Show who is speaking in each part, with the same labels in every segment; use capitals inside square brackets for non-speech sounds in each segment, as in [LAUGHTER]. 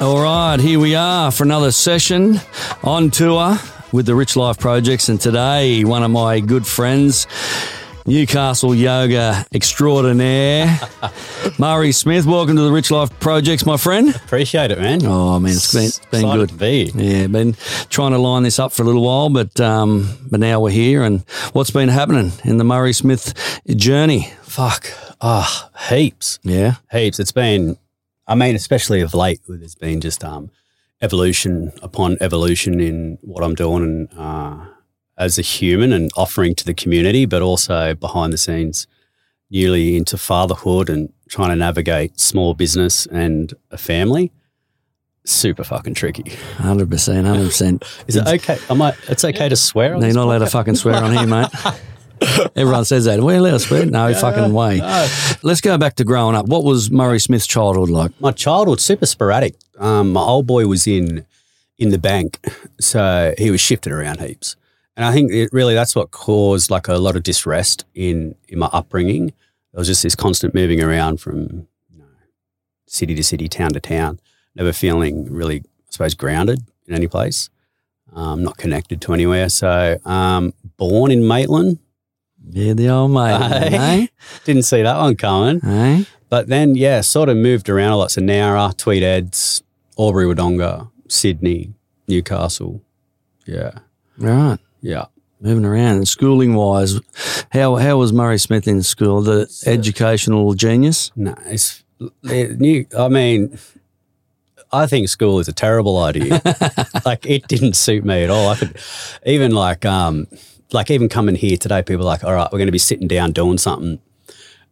Speaker 1: All right, here we are for another session on tour with the Rich Life Projects. And today, one of my good friends, Newcastle yoga extraordinaire, Murray Smith. Welcome to the Rich Life Projects, my friend.
Speaker 2: Appreciate it, man.
Speaker 1: Oh, man, it's been, it's been
Speaker 2: Excited
Speaker 1: good.
Speaker 2: to be here.
Speaker 1: Yeah, been trying to line this up for a little while, but um, but now we're here. And what's been happening in the Murray Smith journey?
Speaker 2: Fuck. Ah, heaps,
Speaker 1: Yeah,
Speaker 2: heaps. It's been, I mean, especially of late, there's been just um, evolution upon evolution in what I'm doing and uh, as a human and offering to the community, but also behind the scenes, newly into fatherhood and trying to navigate small business and a family. Super fucking tricky.
Speaker 1: hundred percent, hundred percent.
Speaker 2: Is it okay? Am I? It's okay to swear. On
Speaker 1: No, you're
Speaker 2: this
Speaker 1: not allowed to fucking swear on here, mate.
Speaker 2: [LAUGHS]
Speaker 1: Everyone says that. We're allowed to swear? No fucking way. Let's go back to growing up. What was Murray Smith's childhood like?
Speaker 2: my childhood super sporadic. Um, my old boy was in in the bank, so he was shifted around heaps, and I think it really that's what caused like a lot of disrest in in my upbringing. There was just this constant moving around from you know, city to city, town to town, never feeling really, I suppose, grounded in any place, um, not connected to anywhere. So um, born in Maitland,
Speaker 1: Yeah, the old mate. eh?
Speaker 2: Aye. didn't see that one coming.
Speaker 1: Eh?
Speaker 2: But then, yeah, sort of moved around a lot. So Nowra, Tweed Eds, Albury Wodonga, Sydney, Newcastle. Yeah.
Speaker 1: Right.
Speaker 2: Yeah.
Speaker 1: Moving around. And schooling wise, how how was Murray Smith in school? The educational genius?
Speaker 2: No, it's it, new. I mean, I think school is a terrible idea. like it didn't suit me at all. I could even like um like even coming here today, people are like, all right, we're going to be sitting down doing something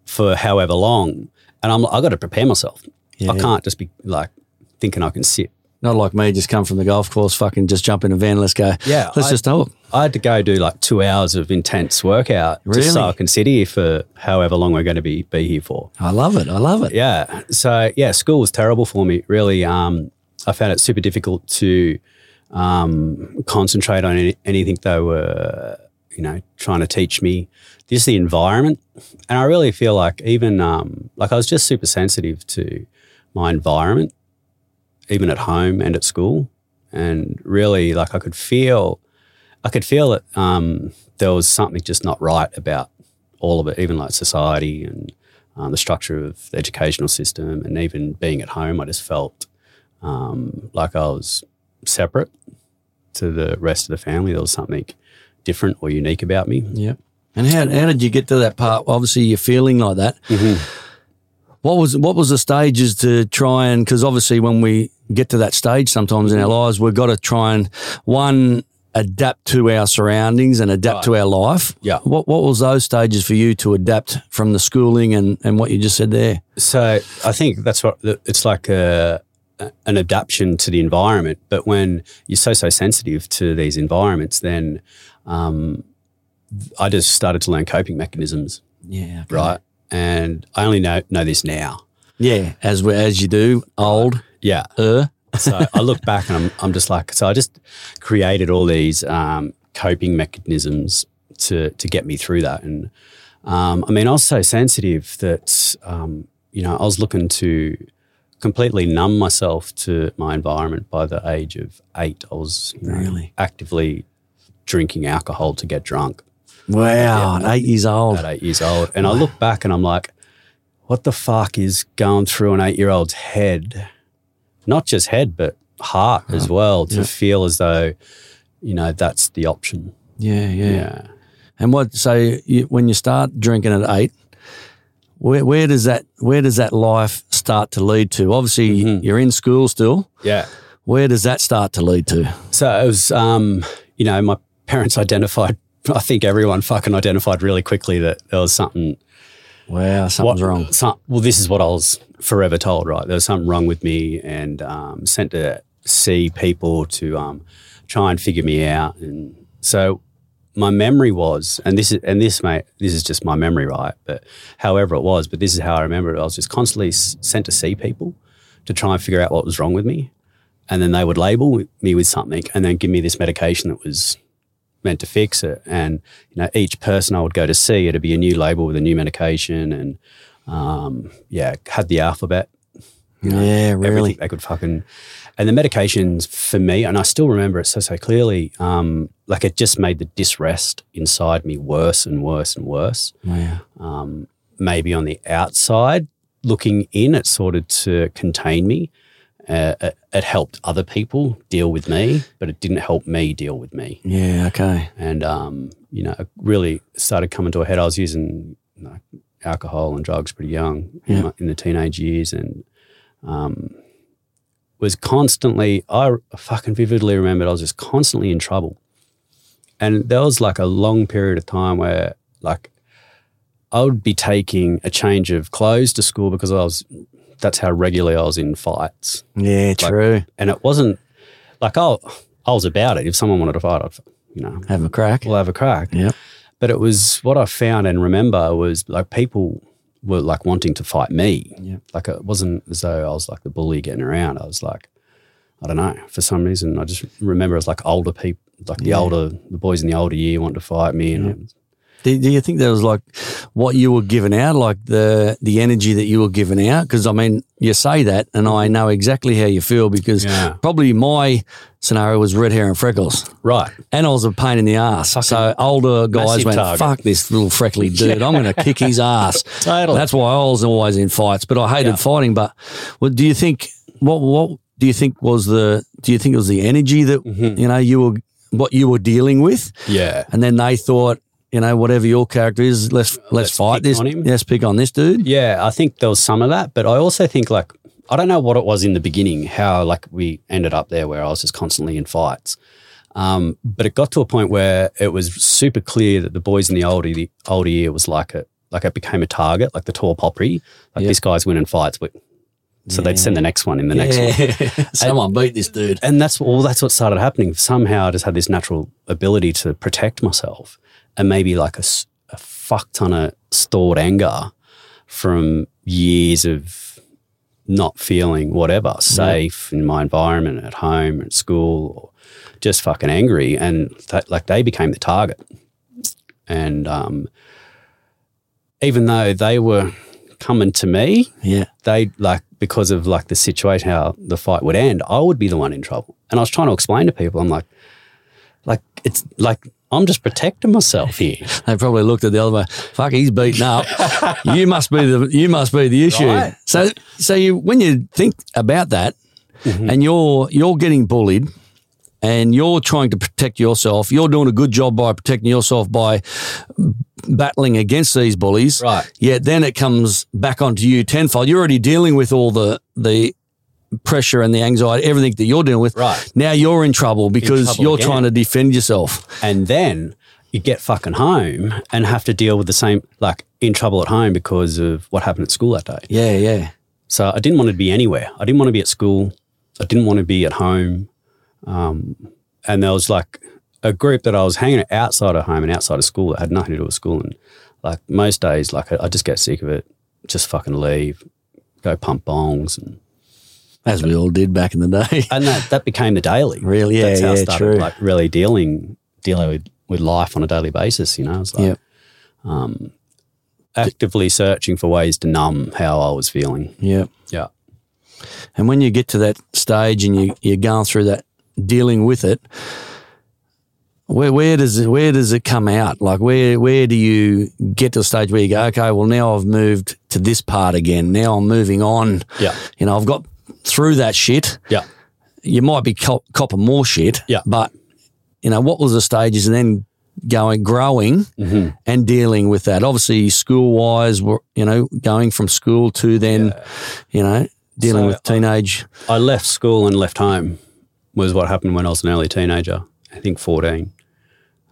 Speaker 2: for however long, and I'm I got to prepare myself. I can't just be like thinking I can sit
Speaker 1: Not like me, just come from the golf course, fucking just jump in a van, let's go.
Speaker 2: Yeah,
Speaker 1: Let's
Speaker 2: I-
Speaker 1: just do it.
Speaker 2: I had to go do like two hours of intense workout
Speaker 1: Really?
Speaker 2: just so I can sit here for however long we're going to be be here for.
Speaker 1: I love it. I love it.
Speaker 2: Yeah. So yeah, school was terrible for me. Really, um, I found it super difficult to um, concentrate on any, anything they were, you know, trying to teach me. Just the environment, and I really feel like even um, like I was just super sensitive to my environment, even at home and at school, and really like I could feel, I could feel that um, there was something just not right about all of it, even like society and um, the structure of the educational system, and even being at home, I just felt um, like I was separate to the rest of the family. There was something different or unique about me.
Speaker 1: Yeah. And how, how did you get to that part? Obviously, you're feeling like that. What was what was the stages to try and because obviously when we get to that stage sometimes in our lives we've got to try and one adapt to our surroundings and adapt to our life.
Speaker 2: Yeah.
Speaker 1: What what was those stages for you to adapt from the schooling and and what you just said there?
Speaker 2: So I think that's what it's like a, an adaptation to the environment. But when you're so so sensitive to these environments, then um, I just started to learn coping mechanisms,
Speaker 1: Yeah.
Speaker 2: right? And I only know know this now.
Speaker 1: Yeah. As we as you do, old.
Speaker 2: Yeah,
Speaker 1: Uh,
Speaker 2: so I look back and I'm, I'm just like, so I just created all these um, coping mechanisms to, to get me through that. And um, I mean, I was so sensitive that, um, you know, I was looking to completely numb myself to my environment by the age of eight. I was you know,
Speaker 1: Really?
Speaker 2: actively drinking alcohol to get drunk
Speaker 1: wow. Eight years old.
Speaker 2: at eight years old. And I look back and I'm like, what the fuck is going through an eight year old's head? Not just head, but heart as well, to feel as though, you know, that's the option.
Speaker 1: Yeah. Yeah.
Speaker 2: Yeah.
Speaker 1: And what so you, when you start drinking at eight, where, where does that where does that life start to lead to? Obviously,
Speaker 2: Mm-hmm.
Speaker 1: you're in school still.
Speaker 2: Yeah.
Speaker 1: Where does that start to lead to?
Speaker 2: So it was, um, you know, my parents [LAUGHS] identified, I think everyone fucking identified really quickly that there was something
Speaker 1: Wow, something's
Speaker 2: what-
Speaker 1: wrong.
Speaker 2: some- well, this is what I was forever told, right? There was something wrong with me, and um, sent to see people to um, try and figure me out. And so my memory was, and this is, and this, mate, this is just my memory, right? But however it was, but this is how I remember it. I was just constantly s- sent to see people to try and figure out what was wrong with me, and then they would label me with something, and then give me this medication that was meant to fix it. And you know, each person I would go to see, it'd be a new label with a new medication, and um, yeah, had the alphabet You know,
Speaker 1: Yeah, really.
Speaker 2: Everything they could fucking. And the medications for me, and I still remember it so, so clearly, um, like it just made the disrest inside me worse and worse and worse.
Speaker 1: Wow.
Speaker 2: Um, maybe on the outside, looking in, it sorted to contain me. Uh, it, it helped other people deal with me, but it didn't help me deal with me
Speaker 1: Yeah. Okay.
Speaker 2: and um, you know, it really started coming to a head. I was using you know, alcohol and drugs pretty young
Speaker 1: Yeah.
Speaker 2: in, my, in the teenage years, and um, was constantly. I fucking vividly remembered I was just constantly in trouble, and there was like a long period of time where like I would be taking a change of clothes to school because I was. That's how regularly I was in fights
Speaker 1: Yeah. True.
Speaker 2: and it wasn't like I, I was about it. If someone wanted to fight, I'd you know
Speaker 1: Have a crack.
Speaker 2: we'll have a crack.
Speaker 1: Yep.
Speaker 2: But it was what I found and remember was like people were like wanting to fight me.
Speaker 1: Yep.
Speaker 2: Like it wasn't as though I was like the bully getting around. I was like, I don't know. For some reason, I just remember it was like older people, like the
Speaker 1: Yeah.
Speaker 2: older the boys in the older year wanted to fight me, and
Speaker 1: Yep. Do, do you think that was like what you were giving out, like the the energy that you were giving out? Because I mean, you say that, and I know exactly how you feel because
Speaker 2: Yeah.
Speaker 1: probably my scenario was red hair and freckles,
Speaker 2: right.
Speaker 1: and I was a pain in the ass. so older guys
Speaker 2: massive
Speaker 1: went,
Speaker 2: target.
Speaker 1: "Fuck this little freckly dude! I'm going to kick his ass."
Speaker 2: [LAUGHS] Totally.
Speaker 1: That's why I was always in fights, but I hated
Speaker 2: Yeah.
Speaker 1: fighting. But what do you think? What what do you think was the? Do you think it was the energy that
Speaker 2: Mhm.
Speaker 1: you know you were what you were dealing with?
Speaker 2: yeah.
Speaker 1: And then they thought, you know, whatever your character is, let's let's,
Speaker 2: Let's
Speaker 1: fight
Speaker 2: pick
Speaker 1: this.
Speaker 2: on him.
Speaker 1: Let's pick on this dude.
Speaker 2: Yeah, I think there was some of that, but I also think like I don't know what it was in the beginning, how like we ended up there where I was just constantly in fights. Um, but it got to a point where it was super clear that the boys in the older the older year was like a like it became a target, like the tall poppery. Like
Speaker 1: Yeah.
Speaker 2: this guy's winning fights, but so they'd send the next one in the next one. [LAUGHS]
Speaker 1: Someone beat this dude.
Speaker 2: And that's all that's what started happening. Somehow I just had this natural ability to protect myself and maybe like a, s- a fuck ton of stored anger from years of not feeling whatever safe in my environment at home at school or just fucking angry and that, like they became the target and um, even though they were coming to me
Speaker 1: Yeah.
Speaker 2: they like because of like the situation how the fight would end i would be the one in trouble and i was trying to explain to people i'm like like it's like i'm just protecting myself here
Speaker 1: They probably looked at the other way. Fuck, he's beaten
Speaker 2: [LAUGHS]
Speaker 1: up. you must be the you must be the issue.
Speaker 2: Right.
Speaker 1: So so you, when you think about that,
Speaker 2: Mm-hmm.
Speaker 1: and you're you're getting bullied, and you're trying to protect yourself. You're doing a good job by protecting yourself by battling against these bullies.
Speaker 2: Right.
Speaker 1: Yet then it comes back onto you tenfold. You're already dealing with all the the pressure and the anxiety, everything that you're dealing with.
Speaker 2: Right.
Speaker 1: Now you're in trouble because
Speaker 2: trouble
Speaker 1: you're
Speaker 2: again.
Speaker 1: trying to defend yourself.
Speaker 2: and then you get fucking home and have to deal with the same like in trouble at home because of what happened at school that day
Speaker 1: Yeah, yeah.
Speaker 2: so i didn't want to be anywhere i didn't want to be at school i didn't want to be at home um, and there was like a group that i was hanging outside of home and outside of school that had nothing to do with school and like most days like i, I just get sick of it just fucking leave go pump bongs and,
Speaker 1: As we all did back in the day.
Speaker 2: [LAUGHS]
Speaker 1: [LAUGHS]
Speaker 2: and that, that became the daily
Speaker 1: Really? Yeah,
Speaker 2: that's how I
Speaker 1: yeah,
Speaker 2: started
Speaker 1: true.
Speaker 2: like really dealing dealing with, with life on a daily basis. You know, it's like
Speaker 1: Yep.
Speaker 2: um, actively searching for ways to numb how I was feeling.
Speaker 1: Yeah.
Speaker 2: Yeah,
Speaker 1: And when you get to that stage and you, you're going through that dealing with it, where, where does it, where does it come out? Like where where do you get to the stage where you go, okay, well now I've moved to this part again. Now I'm moving on.
Speaker 2: yeah,
Speaker 1: You know, I've got through that shit.
Speaker 2: yeah.
Speaker 1: You might be cop- copping more shit.
Speaker 2: Yeah.
Speaker 1: But you know what was the stages and then going growing
Speaker 2: Mhm.
Speaker 1: and dealing with that. Obviously, school wise, you know, going from school to then, you know, dealing
Speaker 2: So,
Speaker 1: with teenage.
Speaker 2: I left school and left home was what happened when I was an early teenager. I think fourteen,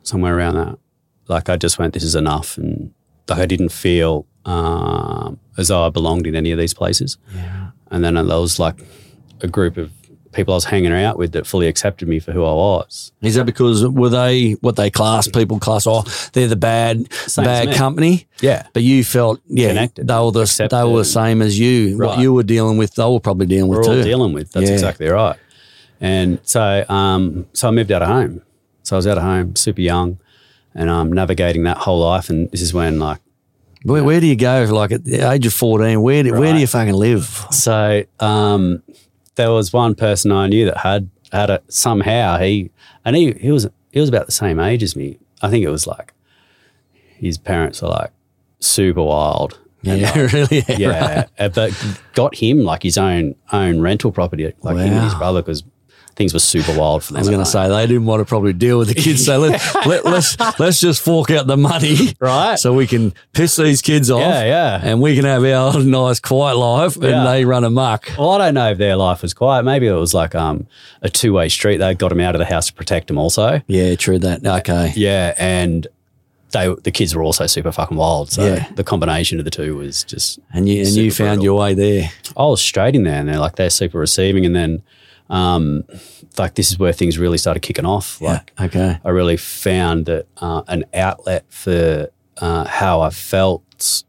Speaker 2: somewhere around that. Like I just went, this is enough, and like I didn't feel um, as though I belonged in any of these places. And then there was like a group of people I was hanging out with that fully accepted me for who I was.
Speaker 1: Is that because were they what they class people class? Oh, they're the bad
Speaker 2: as
Speaker 1: bad
Speaker 2: me.
Speaker 1: company.
Speaker 2: Yeah.
Speaker 1: But you felt yeah,
Speaker 2: Connected,
Speaker 1: they were the
Speaker 2: accepted.
Speaker 1: they were the same as you. What
Speaker 2: Right.
Speaker 1: you were dealing with, they were probably dealing
Speaker 2: We're
Speaker 1: with
Speaker 2: all
Speaker 1: too.
Speaker 2: dealing with. That's
Speaker 1: Yeah.
Speaker 2: exactly right. And so, um, so I moved out of home. So I was out of home, super young, and I'm um, navigating that whole life. And this is when like
Speaker 1: Where, where do you go? Like at the age of fourteen, where do, where do you fucking live? [LAUGHS]
Speaker 2: So um, there was one person I knew that had had it somehow. He and he he was he was about the same age as me. I think it was like his parents were like super wild. And
Speaker 1: Yeah, really. Yeah.
Speaker 2: [LAUGHS] yeah, uh, but got him like his own own rental property, like him and his
Speaker 1: Wow.
Speaker 2: brother, because things were super wild for them.
Speaker 1: I was
Speaker 2: at
Speaker 1: going to
Speaker 2: home.
Speaker 1: say they didn't want to probably deal with the kids, so let, [LAUGHS] let, let's let's just fork out the money,
Speaker 2: Right.
Speaker 1: So we can piss these kids off,
Speaker 2: Yeah, yeah.
Speaker 1: and we can have our [LAUGHS] nice quiet life, and
Speaker 2: Yeah.
Speaker 1: they run amok.
Speaker 2: Well, I don't know if their life was quiet. Maybe it was like um, a two way street. They got him out of the house to protect him, also.
Speaker 1: Yeah, true that. Okay,
Speaker 2: Yeah, and they the kids were also super fucking wild. So
Speaker 1: Yeah.
Speaker 2: the combination of the two was just
Speaker 1: and you and you
Speaker 2: Super
Speaker 1: found
Speaker 2: brutal.
Speaker 1: your way there.
Speaker 2: I was straight in there, and they're like they're super receiving, and then um, like this is where things really started kicking off. Like
Speaker 1: Yeah. Okay.
Speaker 2: I really found that uh, an outlet for uh, how I felt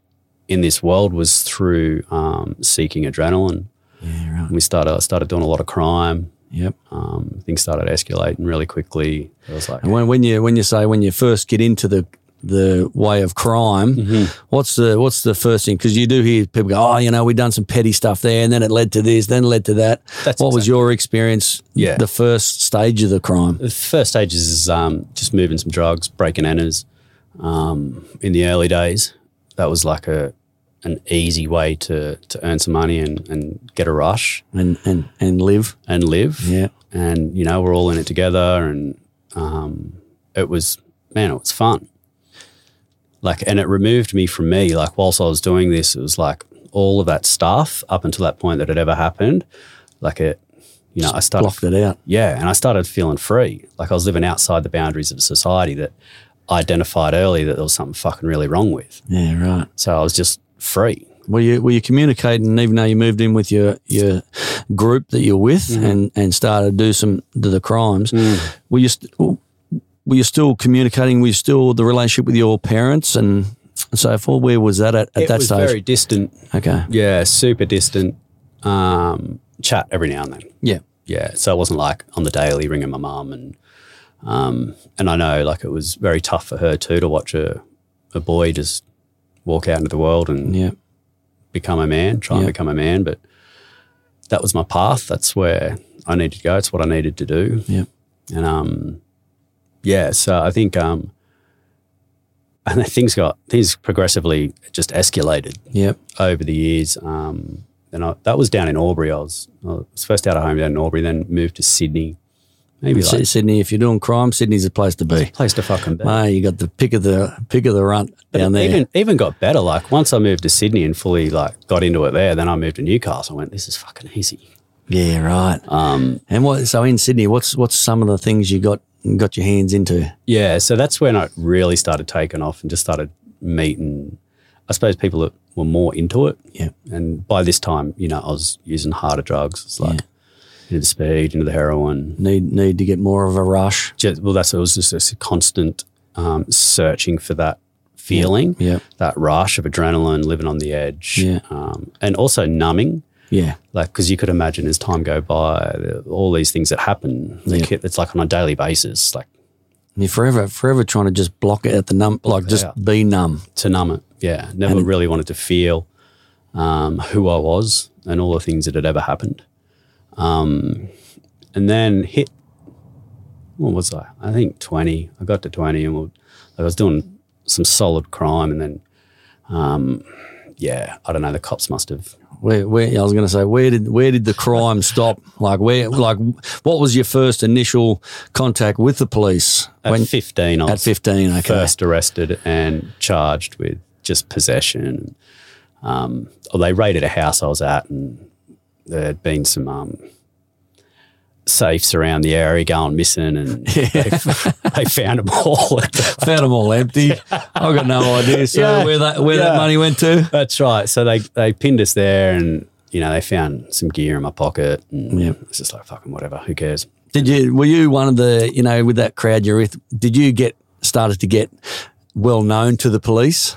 Speaker 2: in this world was through um, seeking adrenaline.
Speaker 1: Yeah.
Speaker 2: And
Speaker 1: Right.
Speaker 2: we started I started doing a lot of crime.
Speaker 1: Yep.
Speaker 2: um, things started escalating really quickly. It was like,
Speaker 1: And when, when you when you say when you first get into the the way of crime, what's the what's the first thing? Because you do hear people go, oh, you know, we done some petty stuff there, and then it led to this, then led to that.
Speaker 2: That's
Speaker 1: what was your experience?
Speaker 2: Yeah.
Speaker 1: the first stage of the crime.
Speaker 2: the first stages is um, just moving some drugs, breaking enters. Um, in the early days, that was like a an easy way to, to earn some money and, and get a rush
Speaker 1: and and and live.
Speaker 2: and live.
Speaker 1: Yeah,
Speaker 2: And, you know, we're all in it together. And um, it was, man, it was fun. Like, and it removed me from me. Like, whilst I was doing this, it was like all of that stuff up until that point that had ever happened. Like, it, you know, I started
Speaker 1: blocked it out.
Speaker 2: Yeah, and I started feeling free. Like I was living outside the boundaries of society that I identified early that there was something fucking really wrong with.
Speaker 1: Yeah, right.
Speaker 2: So I was just free.
Speaker 1: Were you were you communicating even though you moved in with your your group that you're with
Speaker 2: Mm-hmm.
Speaker 1: and and started to do some do the crimes?
Speaker 2: Mm.
Speaker 1: Were you st- were you still communicating? Were you still the relationship with your parents and so forth? Where was that at, at
Speaker 2: it
Speaker 1: that
Speaker 2: was
Speaker 1: stage?
Speaker 2: very distant.
Speaker 1: okay.
Speaker 2: Yeah, super distant. Um, chat every now and then.
Speaker 1: Yeah.
Speaker 2: Yeah, so it wasn't like on the daily ringing my mum and um, and I know like it was very tough for her too to watch a a boy just walk out into the world and
Speaker 1: Yeah.
Speaker 2: become a man, try and
Speaker 1: Yeah.
Speaker 2: become a man. But that was my path. That's where I needed to go. It's what I needed to do.
Speaker 1: Yeah.
Speaker 2: And um, yeah. So I think um, and [LAUGHS] then things got things progressively just escalated
Speaker 1: Yeah.
Speaker 2: over the years. Um, and I, that was down in Albury. I was I was first out of home down in Albury, then moved to Sydney. Maybe
Speaker 1: Sy-
Speaker 2: like
Speaker 1: Sydney, if you're doing crime, Sydney's the place to be.
Speaker 2: place to fucking be.
Speaker 1: Mate, you got the pick of the pick of the runt
Speaker 2: But
Speaker 1: down
Speaker 2: it
Speaker 1: there.
Speaker 2: Even even got better. Like once I moved to Sydney and fully like got into it there, then I moved to Newcastle. I went, this is fucking easy.
Speaker 1: yeah, right.
Speaker 2: Um,
Speaker 1: And what? So in Sydney, what's what's some of the things you got got your hands into?
Speaker 2: Yeah, so that's when I really started taking off and just started meeting, I suppose, people that were more into it.
Speaker 1: Yeah.
Speaker 2: And by this time, you know, I was using harder drugs. It's like into the speed, into the heroin.
Speaker 1: Need need to get more of a rush.
Speaker 2: Just, well, that's it was just this constant um, searching for that feeling,
Speaker 1: Yeah,
Speaker 2: that rush of adrenaline, living on the edge,
Speaker 1: Yeah.
Speaker 2: um, and also numbing
Speaker 1: yeah,
Speaker 2: like because you could imagine as time go by the- all these things that happen the
Speaker 1: Yeah.
Speaker 2: kid- it's like on a daily basis like
Speaker 1: and you're forever forever trying to just block it at the numb, like just
Speaker 2: out.
Speaker 1: be numb.
Speaker 2: to numb it. Yeah, never really wanted to feel um, who I was and all the things that had ever happened. Um, and then hit. What was I? I think twenty. I got to twenty, and we like I was doing some solid crime, and then, um, yeah, I don't know. The cops must have.
Speaker 1: Where, where I was going to say, where did where did the crime [LAUGHS] stop? Like where, like what was your first initial contact with the police
Speaker 2: At fifteen, I
Speaker 1: at
Speaker 2: was
Speaker 1: fifteen? Okay,
Speaker 2: first arrested and charged with just possession. Um, oh, they raided a house I was at, and there had been some um, safes around the area going
Speaker 1: [LAUGHS]
Speaker 2: missing, and they, they found them all. [LAUGHS]
Speaker 1: found them all empty. I got no idea. So
Speaker 2: Yeah,
Speaker 1: where that where that
Speaker 2: yeah.
Speaker 1: money went to?
Speaker 2: That's right. So they they pinned us there, and you know they found some gear in my pocket, and
Speaker 1: Yeah.
Speaker 2: it's just like fucking whatever. Who cares?
Speaker 1: Did you were you one of the you know with that crowd you're with? Did you get started to get well known to the police?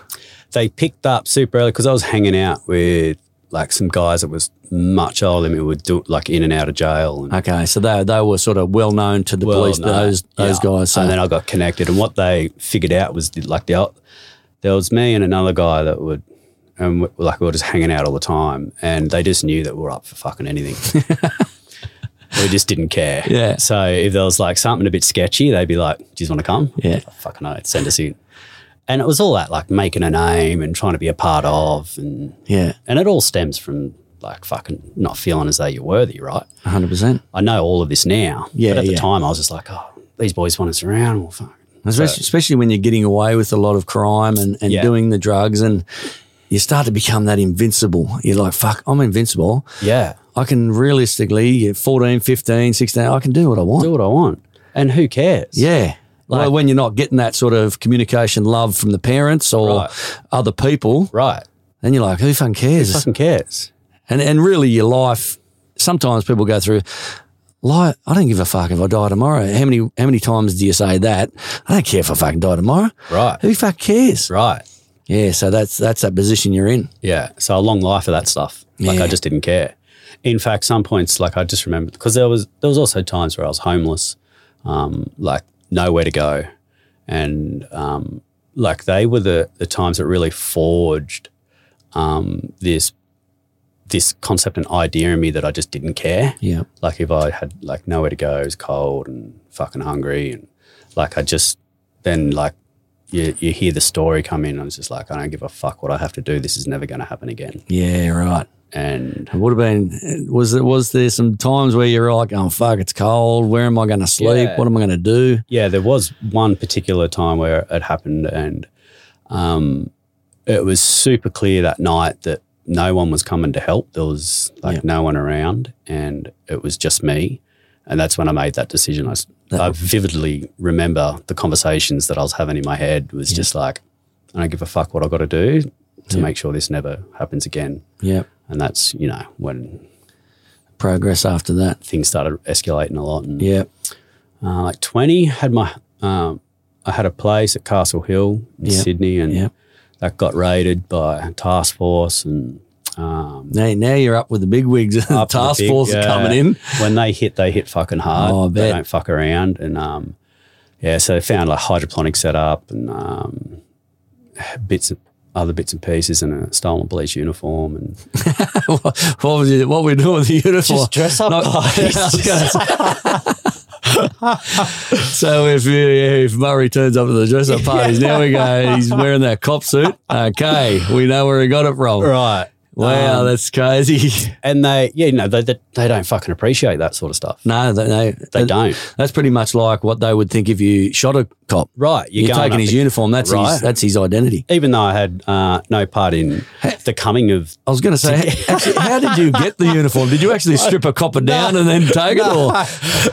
Speaker 2: they picked up super early because I was hanging out with like some guys that was much older than me were do, like in and out of jail and
Speaker 1: Okay, so they they were sort of well known to the
Speaker 2: well,
Speaker 1: police.
Speaker 2: no,
Speaker 1: those those
Speaker 2: yeah.
Speaker 1: guys. So
Speaker 2: And then I got connected, and what they figured out was the, like the old, there was me and another guy that would, and we, like we were just hanging out all the time, and they just knew that we were up for
Speaker 1: [LAUGHS]
Speaker 2: fucking anything. we just didn't care.
Speaker 1: Yeah.
Speaker 2: So if there was like something a bit sketchy, they'd be like, "Do you want to come?"
Speaker 1: Yeah.
Speaker 2: "Oh, fucking no, send us in. And it was all that like making a name and trying to be a part of, and
Speaker 1: Yeah.
Speaker 2: and it all stems from like fucking not feeling as though you're worthy, right?
Speaker 1: 100%.
Speaker 2: I know all of this now.
Speaker 1: Yeah,
Speaker 2: But at
Speaker 1: yeah.
Speaker 2: the time, I was just like, oh, these boys want us around. Well, fuck.
Speaker 1: Especially, especially when you're getting away with a lot of crime and, and
Speaker 2: Yeah.
Speaker 1: doing the drugs and you start to become that invincible. You're like, fuck, I'm invincible.
Speaker 2: Yeah.
Speaker 1: I can realistically, at 14, 15, 16, I can do what I
Speaker 2: Do
Speaker 1: want.
Speaker 2: what I want. And who cares?
Speaker 1: Yeah. Like when you're not getting that sort of communication love from the parents or
Speaker 2: Right.
Speaker 1: other people,
Speaker 2: Right.
Speaker 1: then you're like, who fucking cares?
Speaker 2: Fucking cares.
Speaker 1: And and really, your life. Sometimes people go through. Like, I don't give a fuck if I die tomorrow. How many how many times do you say that? I don't care if I fucking die tomorrow.
Speaker 2: Right.
Speaker 1: Who fuck cares?
Speaker 2: Right.
Speaker 1: Yeah, so that's that's that position you're in.
Speaker 2: Yeah. So a long life of that stuff. Like
Speaker 1: Yeah.
Speaker 2: I just didn't care. In fact, some points, like I just remember because there was there was also times where I was homeless, um, like nowhere to go, and um, like they were the the times that really forged um, this this concept and idea in me that I just didn't care.
Speaker 1: Yeah,
Speaker 2: Like if I had like nowhere to go, it was cold and fucking hungry, and like I just then like you you hear the story come in, and it's just like I don't give a fuck what I have to do. This is never going to happen again.
Speaker 1: yeah, right.
Speaker 2: And
Speaker 1: It would have been. Was it was there some times where you're like, oh fuck, it's cold. Where am I going to sleep?
Speaker 2: Yeah.
Speaker 1: What am I going to do?
Speaker 2: yeah, there was one particular time where it happened, and um, it was super clear that night that no one was coming to help. There was like
Speaker 1: Yeah.
Speaker 2: no one around, and it was just me. And that's when I made that decision. I, s-
Speaker 1: That-
Speaker 2: I vividly remember the conversations that I was having in my head was just like, I don't give a fuck what I've got to do to make sure this never happens again.
Speaker 1: Yeah,
Speaker 2: And that's, you know, when
Speaker 1: progress after that.
Speaker 2: things started escalating a lot. And
Speaker 1: Yeah,
Speaker 2: uh, like 20 had my um, i had a place at castle hill in
Speaker 1: Yeah.
Speaker 2: sydney and
Speaker 1: Yeah.
Speaker 2: that got raided by a task force and um,
Speaker 1: now, now you're up with the big wigs. [LAUGHS] the
Speaker 2: up to the
Speaker 1: task
Speaker 2: big-
Speaker 1: force
Speaker 2: yeah.
Speaker 1: are coming in.
Speaker 2: when they hit they hit fucking hard
Speaker 1: Oh, I
Speaker 2: they
Speaker 1: bet.
Speaker 2: don't fuck around and um, yeah so they found like hydroponic setup and um, bits of other bits and pieces and a stolen police uniform and
Speaker 1: what was it? What we doing with the uniform?
Speaker 2: Just dress
Speaker 1: [LAUGHS]
Speaker 2: up parties.
Speaker 1: I was gonna say. [LAUGHS] so if you- if Murray turns up at the dress up parties, there we go. [LAUGHS] He's wearing that cop suit. Okay, we know where he got it from.
Speaker 2: right
Speaker 1: Wow, that's crazy.
Speaker 2: Uh,
Speaker 1: [LAUGHS]
Speaker 2: and they yeah you know they, they, they don't fucking appreciate that sort of stuff
Speaker 1: No, they, they,
Speaker 2: they don't
Speaker 1: That's pretty much like what they would think if you shot a cop.
Speaker 2: right
Speaker 1: You're,
Speaker 2: going
Speaker 1: taking
Speaker 2: up
Speaker 1: his
Speaker 2: ag-
Speaker 1: uniform. That's his.
Speaker 2: Right.
Speaker 1: That's his identity.
Speaker 2: even though I had uh, no part in the coming of.
Speaker 1: I was going to say, [LAUGHS] actually, how did you get the uniform? Did you [LAUGHS] actually strip a copper down and then take it, or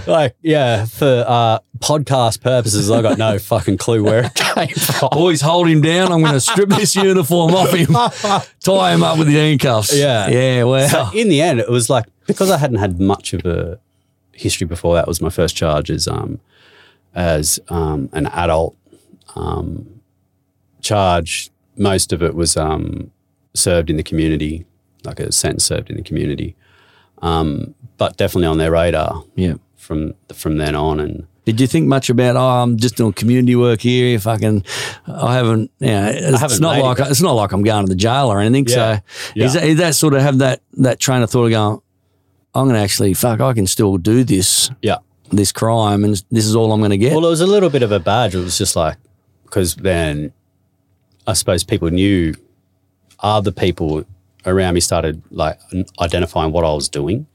Speaker 2: [LAUGHS] like, yeah, for uh, podcast purposes, I got no fucking clue where it came from.
Speaker 1: boys, hold him down. I'm going to strip this
Speaker 2: [LAUGHS]
Speaker 1: uniform off him, tie him up with the handcuffs.
Speaker 2: Yeah.
Speaker 1: Yeah. Wow.
Speaker 2: So in the end, it was like because I hadn't had much of a history before. That was my first charge as um, as um, an adult um, charge. Most of it was um, served in the community, like a sentence served in the community, um, but definitely on their radar.
Speaker 1: yeah.
Speaker 2: from from then on. And
Speaker 1: Did you think much about, oh, I'm just doing community work here. If I can, I haven't, you know, it's,
Speaker 2: haven't
Speaker 1: not
Speaker 2: made
Speaker 1: like,
Speaker 2: it.
Speaker 1: it's not like I'm going to the jail or anything.
Speaker 2: Yeah.
Speaker 1: So Is, that, is that sort of have that, that train of thought of going, I'm going to actually, fuck, I can still do this,
Speaker 2: yeah,
Speaker 1: this crime and this is all I'm going to get.
Speaker 2: well, it was a little bit of a badge. It was just like because then I suppose people knew other people around me started like n- identifying what I was doing.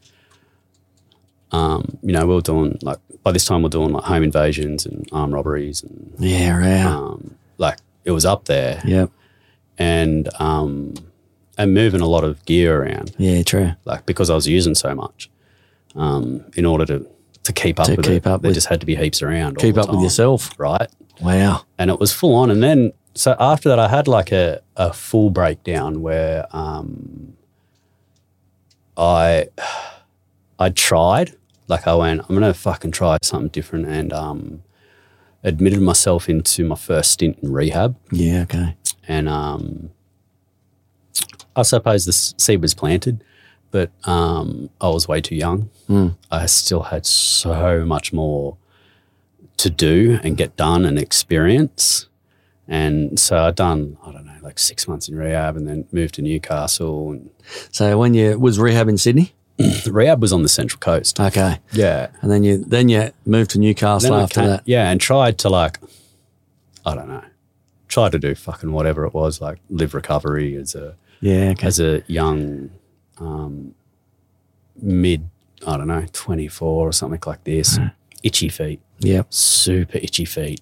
Speaker 2: Um, you know, we were doing like by this time we we're doing like home invasions and armed robberies and
Speaker 1: yeah. Right.
Speaker 2: um, like it was up there
Speaker 1: yeah.
Speaker 2: and um, and moving a lot of gear around.
Speaker 1: Yeah. True.
Speaker 2: like because I was using so much um, in order to to keep up
Speaker 1: To
Speaker 2: with
Speaker 1: keep
Speaker 2: it.
Speaker 1: up
Speaker 2: there
Speaker 1: with-
Speaker 2: just had to be heaps around. all
Speaker 1: Keep
Speaker 2: the
Speaker 1: up with
Speaker 2: time,
Speaker 1: yourself.
Speaker 2: right?
Speaker 1: Wow.
Speaker 2: And it was full on. And then so after that, I had like a a full breakdown where um, I I tried like I went I'm gonna fucking try something different and um, admitted myself into my first stint in rehab
Speaker 1: Yeah. Okay.
Speaker 2: and um, I suppose the s- seed was planted, but um, I was way too young.
Speaker 1: Hmm.
Speaker 2: I still had so much more to do and get done and experience, And so I'd done, I don't know, like six months in rehab and then moved to Newcastle. And [CLEARS THROAT]
Speaker 1: So when you was rehab in Sydney,
Speaker 2: the rehab was on the Central Coast.
Speaker 1: okay,
Speaker 2: Yeah.
Speaker 1: and then you then you moved to Newcastle
Speaker 2: Then I
Speaker 1: after
Speaker 2: came-
Speaker 1: that.
Speaker 2: Yeah, and tried to like, I don't know, tried to do fucking whatever it was, like live recovery as a
Speaker 1: Yeah, okay.
Speaker 2: as a young, um, mid, I don't know, twenty four or something like this. Itchy feet,
Speaker 1: yeah,
Speaker 2: super itchy feet.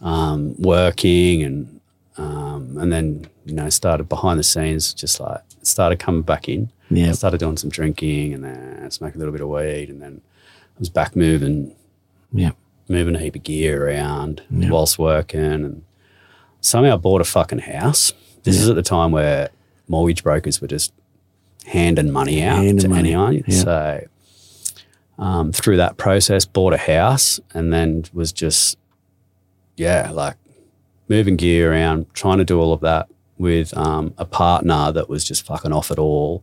Speaker 2: Um, working and um, and then you know started behind the scenes, just like started coming back in.
Speaker 1: yeah,
Speaker 2: I started doing some drinking and then smoking a little bit of weed and then I was back moving
Speaker 1: yeah,
Speaker 2: moving a heap of gear around whilst working and somehow bought a fucking house. This is at the time where mortgage brokers were just handing money out
Speaker 1: Handing
Speaker 2: to
Speaker 1: money,
Speaker 2: anyone.
Speaker 1: yeah.
Speaker 2: So um, through that process, bought a house and then was just yeah, like moving gear around, trying to do all of that with um, a partner that was just fucking off it all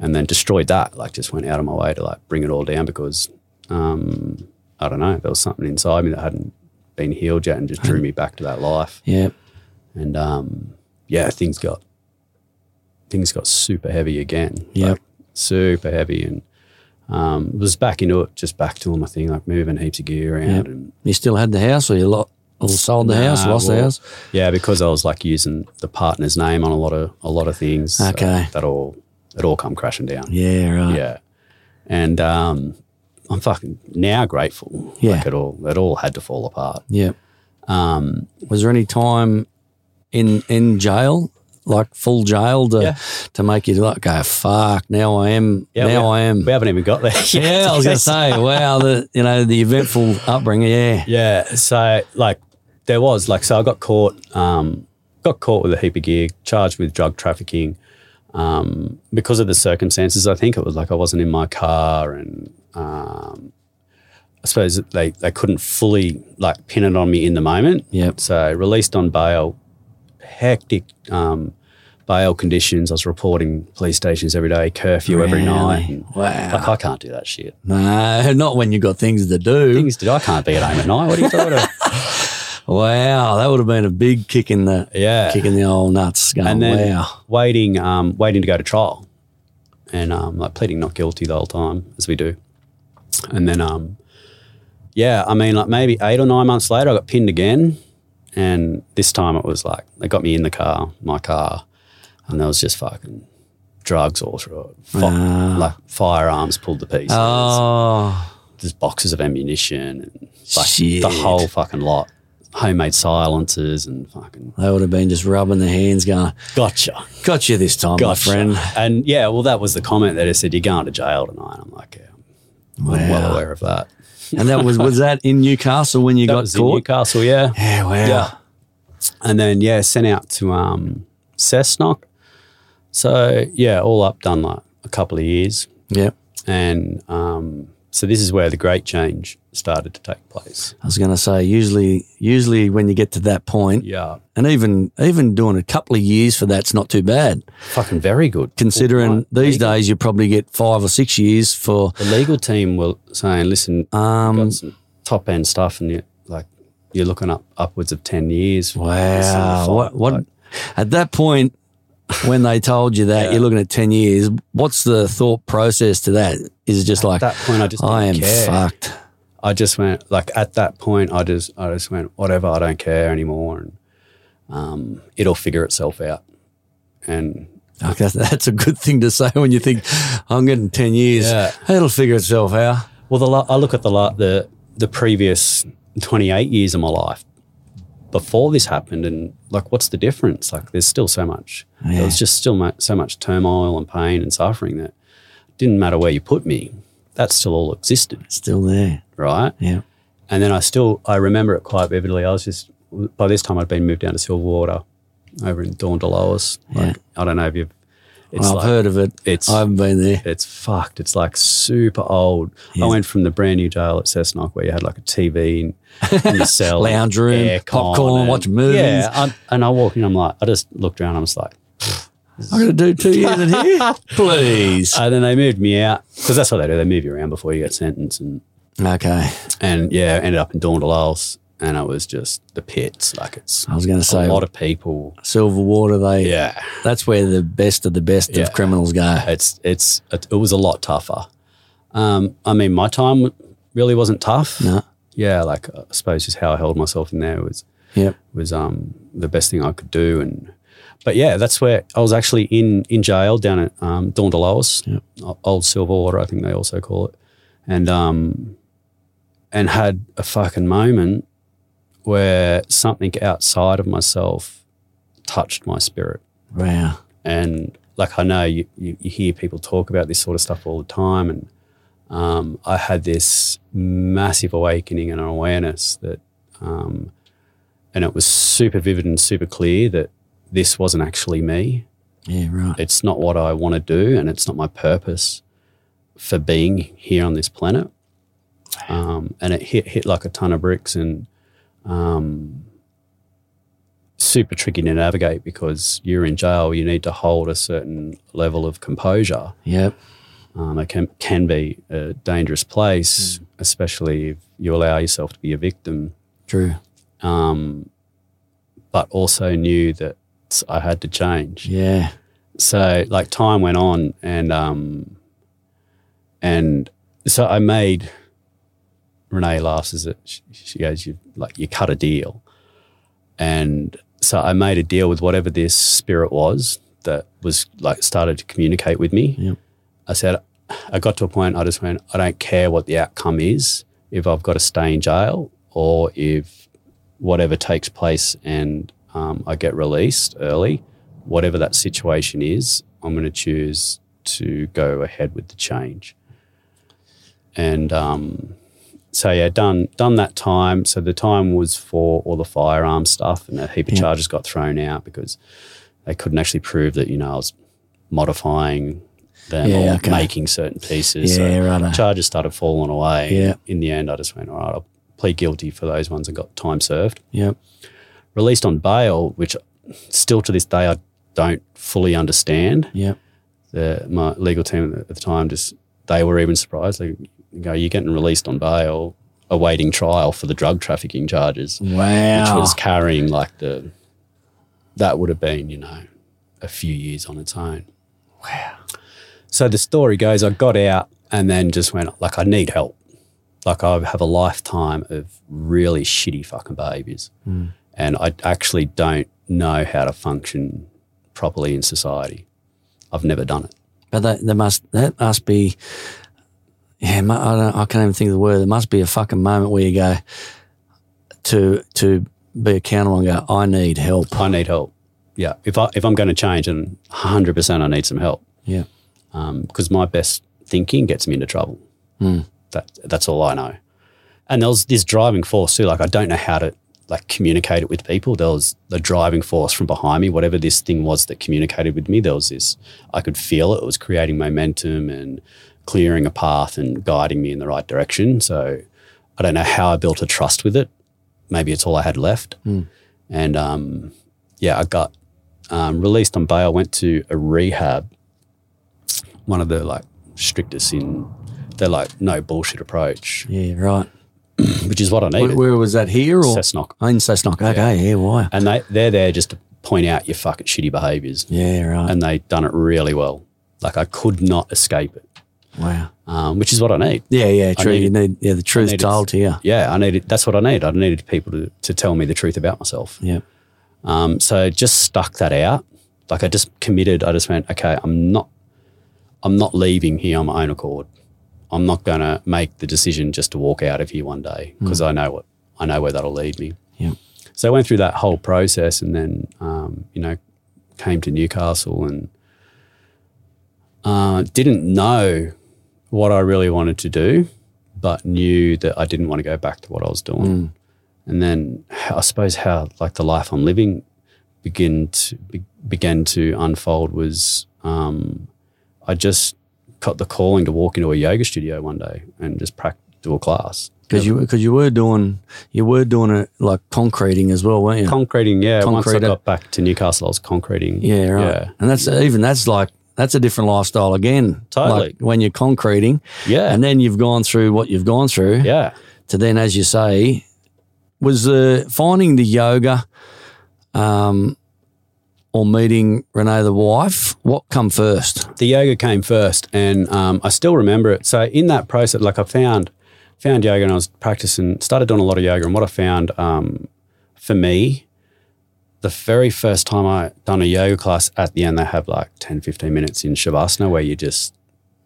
Speaker 2: and then destroyed that. Like, just went out of my way to like bring it all down because um, I don't know, there was something inside me that hadn't been healed yet and just drew me back to that life.
Speaker 1: yeah,
Speaker 2: And um, yeah, things got things got super heavy again.
Speaker 1: Yep.
Speaker 2: Like, super heavy and um, was back into it, just back to all my thing, like moving heaps of gear around
Speaker 1: Yep.
Speaker 2: and
Speaker 1: You still had the house, or you lot or sold the house,
Speaker 2: Nah,
Speaker 1: lost the
Speaker 2: well,
Speaker 1: house.
Speaker 2: Yeah, because I was like using the partner's name on a lot of a lot of things. so
Speaker 1: Okay.
Speaker 2: that all it all come crashing down.
Speaker 1: Yeah, right.
Speaker 2: Yeah, and um, I'm fucking now grateful.
Speaker 1: Yeah.
Speaker 2: like it all it all had to fall apart.
Speaker 1: Yeah.
Speaker 2: Um,
Speaker 1: Was there any time in in jail, like full jail, to
Speaker 2: Yeah.
Speaker 1: to make you like go fuck? Now I am.
Speaker 2: Yeah,
Speaker 1: now
Speaker 2: we-
Speaker 1: I am.
Speaker 2: we haven't even got there.
Speaker 1: [LAUGHS]
Speaker 2: yet.
Speaker 1: yeah, I
Speaker 2: [LAUGHS]
Speaker 1: was gonna say, wow, the you know the eventful upbringing. Yeah,
Speaker 2: yeah. So like there was like so I got caught. Um, got caught with a heap of gear, charged with drug trafficking. Um, because of the circumstances, I think it was like I wasn't in my car and um, I suppose they, they couldn't fully like pin it on me in the moment.
Speaker 1: Yep.
Speaker 2: So released on bail, hectic um, bail conditions. I was reporting police stations every day, curfew every
Speaker 1: Really?
Speaker 2: night. and,
Speaker 1: Wow.
Speaker 2: Like I can't do that shit.
Speaker 1: no, not when you got things to do.
Speaker 2: Things did I can't be at home at night. What are you
Speaker 1: [LAUGHS]
Speaker 2: talking about?
Speaker 1: Wow, that would have been a big kick in the
Speaker 2: Yeah.
Speaker 1: kick in the old nuts. Going,
Speaker 2: and then
Speaker 1: wow,
Speaker 2: waiting, um, waiting to go to trial, and um, like pleading not guilty the whole time as we do, and then um, yeah, I mean like maybe eight or nine months later, I got pinned again, and this time it was like they got me in the car, my car, and there was just fucking drugs all through it, Fi- like firearms pulled to pieces,
Speaker 1: Ah. oh
Speaker 2: there's boxes of ammunition, and like
Speaker 1: shit,
Speaker 2: the whole fucking lot, homemade silencers and fucking
Speaker 1: they would have been just rubbing their hands, going,
Speaker 2: gotcha.
Speaker 1: "Got you this time,
Speaker 2: Gotcha.
Speaker 1: my friend."
Speaker 2: And yeah, well, that was the comment that I said, you're going to jail tonight. I'm like, yeah, I'm I'm well aware of that.
Speaker 1: And that was was that in Newcastle when you
Speaker 2: [LAUGHS] That
Speaker 1: got
Speaker 2: was in
Speaker 1: caught?
Speaker 2: Newcastle, yeah.
Speaker 1: Yeah, wow.
Speaker 2: Yeah. And then, yeah, sent out to um, Cessnock. So, yeah, all up done like a couple of years.
Speaker 1: Yep.
Speaker 2: And um, so this is where the great change started to take place.
Speaker 1: I was going to say, usually, usually when you get to that point,
Speaker 2: Yeah.
Speaker 1: and even even doing a couple of years for that's not too bad,
Speaker 2: Fucking very good.
Speaker 1: considering these days you probably get five or six years for.
Speaker 2: The legal team were saying, listen, um, got some top end stuff and you like, you're looking up upwards of 10 years. for this sort of
Speaker 1: Wow,
Speaker 2: fight.
Speaker 1: what what? at that point, when they told you that you're looking at ten years, what's the thought process to that? Is it just like
Speaker 2: that point, I just
Speaker 1: I am
Speaker 2: didn't care.
Speaker 1: fucked?
Speaker 2: I just went like at that point, I just I just went whatever. I don't care anymore, and um, it'll figure itself out. And
Speaker 1: Like, that's, that's a good thing to say when you think I'm getting ten years.
Speaker 2: Yeah.
Speaker 1: It'll figure itself out.
Speaker 2: well, the la- I look at the la- the the previous twenty eight years of my life before this happened, and like, what's the difference? Like, there's still so much.
Speaker 1: Yeah.
Speaker 2: There was just still mu- so much turmoil and pain and suffering that didn't matter where you put me. That still all existed,
Speaker 1: Still there.
Speaker 2: right?
Speaker 1: Yeah.
Speaker 2: And then I still I remember it quite vividly. I was just by this time I'd been moved down to Silverwater, over in Dawndeloas. Like I don't know if you've. It's
Speaker 1: I've
Speaker 2: like
Speaker 1: heard of it.
Speaker 2: it's-
Speaker 1: I haven't been there.
Speaker 2: it's fucked. It's like super old. I went from the brand new jail at Cessnock where you had like a TV in,
Speaker 1: [LAUGHS]
Speaker 2: in your cell,
Speaker 1: Lounge room,
Speaker 2: aircon
Speaker 1: popcorn, watch movies.
Speaker 2: Yeah, I'm- and I walk in. I'm like, I just looked around. I'm just like,
Speaker 1: I'm gonna do two years in here,
Speaker 2: [LAUGHS]
Speaker 1: please.
Speaker 2: and uh, then they moved me out because that's what they do. They move you around before you get sentenced and
Speaker 1: Okay.
Speaker 2: and yeah, ended up in Dawn to Laos and it was just the pits. Like it's
Speaker 1: I was going to say
Speaker 2: a lot of people.
Speaker 1: Silverwater. They
Speaker 2: Yeah,
Speaker 1: that's where the best of the best
Speaker 2: Yeah.
Speaker 1: of criminals go.
Speaker 2: it's it's it, it was a lot tougher. Um, I mean, my time really wasn't tough.
Speaker 1: No.
Speaker 2: Yeah, like I suppose just how I held myself in there was
Speaker 1: Yep.
Speaker 2: was um, the best thing I could do. And but yeah, that's where I was actually in in jail down at um, Dawndalos, o- old Silverwater, I think they also call it, and um, and had a fucking moment where something outside of myself touched my spirit.
Speaker 1: Wow.
Speaker 2: And like I know you, you, you hear people talk about this sort of stuff all the time, and um, I had this massive awakening and awareness that, um, and it was super vivid and super clear that this wasn't actually me.
Speaker 1: Yeah. Right.
Speaker 2: It's not what I want to do, and it's not my purpose for being here on this planet. Um, and it hit hit like a ton of bricks, and um, super tricky to navigate because you're in jail. You need to hold a certain level of composure.
Speaker 1: Yep.
Speaker 2: Um, it can, can be a dangerous place, especially if you allow yourself to be a victim.
Speaker 1: True.
Speaker 2: Um, but also knew that I had to change.
Speaker 1: Yeah.
Speaker 2: So, like, time went on, and um, and so I made Renee laughs as it. She, she goes, "You like you cut a deal," and so I made a deal with whatever this spirit was that was like started to communicate with me.
Speaker 1: Yep.
Speaker 2: I said, I got to a point. I just went, I don't care what the outcome is. If I've got to stay in jail or if whatever takes place and um, I get released early, whatever that situation is, I'm going to choose to go ahead with the change. And um, so yeah, done done that time. So the time was for all the firearm stuff, and a heap of charges got thrown out because they couldn't actually prove that you know I was modifying them
Speaker 1: Yeah,
Speaker 2: or
Speaker 1: okay.
Speaker 2: making certain pieces. So
Speaker 1: Yeah. Right.
Speaker 2: charges started falling away.
Speaker 1: Yeah.
Speaker 2: In the end, I just went all right. I'll plead guilty for those ones and got time served
Speaker 1: Yep.
Speaker 2: released on bail, which still to this day I don't fully understand.
Speaker 1: Yep.
Speaker 2: The, my legal team at the time just they were even surprised. They go, "You're getting released on bail, awaiting trial for the drug trafficking charges," which
Speaker 1: Wow.
Speaker 2: was carrying like the that would have been you know a few years on its own.
Speaker 1: wow.
Speaker 2: So the story goes, I got out and then just went like, I need help. Like I have a lifetime of really shitty fucking behaviors,
Speaker 1: Hmm.
Speaker 2: and I actually don't know how to function properly in society. I've never done it.
Speaker 1: But that, that must that must be. Yeah, mu- I don't. I can't even think of the word. There must be a fucking moment where you go to to be accountable and go. I need help.
Speaker 2: I need help. Yeah, if I if I'm going to change, and 100 percent I need some help
Speaker 1: Yeah.
Speaker 2: because my best thinking gets me into trouble. That that's all I know. And there was this driving force too. Like I don't know how to like communicate it with people. There was the driving force from behind me. Whatever this thing was that communicated with me, there was this. I could feel it. It was creating momentum and clearing a path and guiding me in the right direction. So I don't know how I built a trust with it. Maybe it's all I had left. And um, yeah, I got um, released on bail. Went to a rehab one of the like strictest in they're like no bullshit approach,
Speaker 1: Yeah. Right.
Speaker 2: which is what I
Speaker 1: Where,
Speaker 2: needed.
Speaker 1: where was that? Here or
Speaker 2: Cessnock.
Speaker 1: Oh, in Cessnock? Okay. Yeah. Why?
Speaker 2: And they they're there just to point out your fucking shitty behaviours.
Speaker 1: Yeah. Right.
Speaker 2: And they done it really well. Like I could not escape it.
Speaker 1: wow.
Speaker 2: Um, which is what I need.
Speaker 1: Yeah. Yeah. True.
Speaker 2: need-
Speaker 1: you need. Yeah. The truth
Speaker 2: need
Speaker 1: told here.
Speaker 2: Yeah, I needed that's what I need. I needed people to, to tell me the truth about myself.
Speaker 1: Yeah.
Speaker 2: Um, so just stuck that out. Like I just committed. I just went, okay, I'm not, I'm not leaving here on my own accord. I'm not gonna make the decision just to walk out of here one day because I know what I know where that'll lead me.
Speaker 1: Yeah.
Speaker 2: So I went through that whole process, and then um, you know, came to Newcastle and uh, didn't know what I really wanted to do, but knew that I didn't want to go back to what I was doing. And then how- I suppose how like the life I'm living begin to be, began to unfold was um, I just got the calling to walk into a yoga studio one day and just practice do a class.
Speaker 1: Because you because you were doing you were doing it like concreting as well, weren't you?
Speaker 2: Concreting, yeah. Once I
Speaker 1: Concreter.
Speaker 2: got back to Newcastle, I was concreting.
Speaker 1: Yeah, right.
Speaker 2: Yeah.
Speaker 1: And that's even that's like that's a different lifestyle again.
Speaker 2: Totally.
Speaker 1: Like when you're concreting,
Speaker 2: Yeah.
Speaker 1: and then you've gone through what you've gone through,
Speaker 2: yeah.
Speaker 1: to then, as you say, was uh, finding the yoga um, or meeting Renee, the wife. What come first?
Speaker 2: the yoga came first, and um, I still remember it. So in that process, like I found found yoga, and I was practicing, started doing a lot of yoga, and what I found um, for me, the very first time I done a yoga class, at the end they have like 10, 15 minutes in shavasana where you're just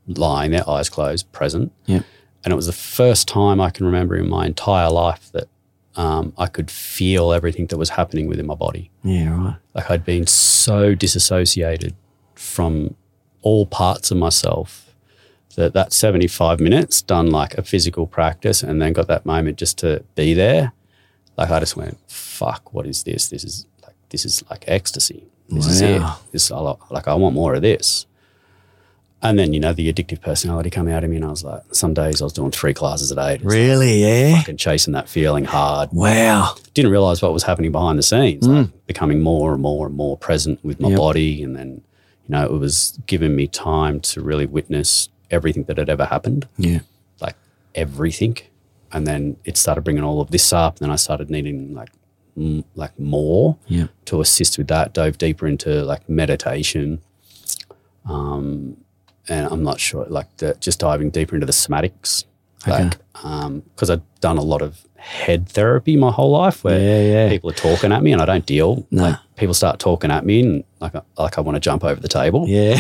Speaker 2: lying there, eyes closed, present.
Speaker 1: Yeah.
Speaker 2: And it was the first time I can remember in my entire life that um, I could feel everything that was happening within my body
Speaker 1: Yeah, right.
Speaker 2: like I'd been so disassociated from all parts of myself that that 75 minutes done like a physical practice and then got that moment just to be there like I just went fuck what is this this is like this is like ecstasy this is it
Speaker 1: Wow.
Speaker 2: this I lo- like I want more of this and then you know the addictive personality come out of me and I was like some days I was doing three classes a day just
Speaker 1: Really? Yeah.
Speaker 2: fucking chasing that feeling hard
Speaker 1: Wow.
Speaker 2: didn't realize what was happening behind the scenes, like becoming more and more and more present with my
Speaker 1: Mm. Yep.
Speaker 2: body. And then, you know, it was giving me time to really witness everything that had ever happened,
Speaker 1: Yeah.
Speaker 2: like everything. And then it started bringing all of this up. And then I started needing like, m- like more
Speaker 1: Yeah.
Speaker 2: to assist with that. Dove deeper into like meditation. Um, and I'm not sure, like the, just diving deeper into the somatics,
Speaker 1: Okay.
Speaker 2: like, because I've done a lot of head therapy my whole life where
Speaker 1: yeah.
Speaker 2: people are talking at me and I don't deal.
Speaker 1: No.
Speaker 2: Like people start talking at me and like I- like I want to jump over the table. [LAUGHS]
Speaker 1: Yeah.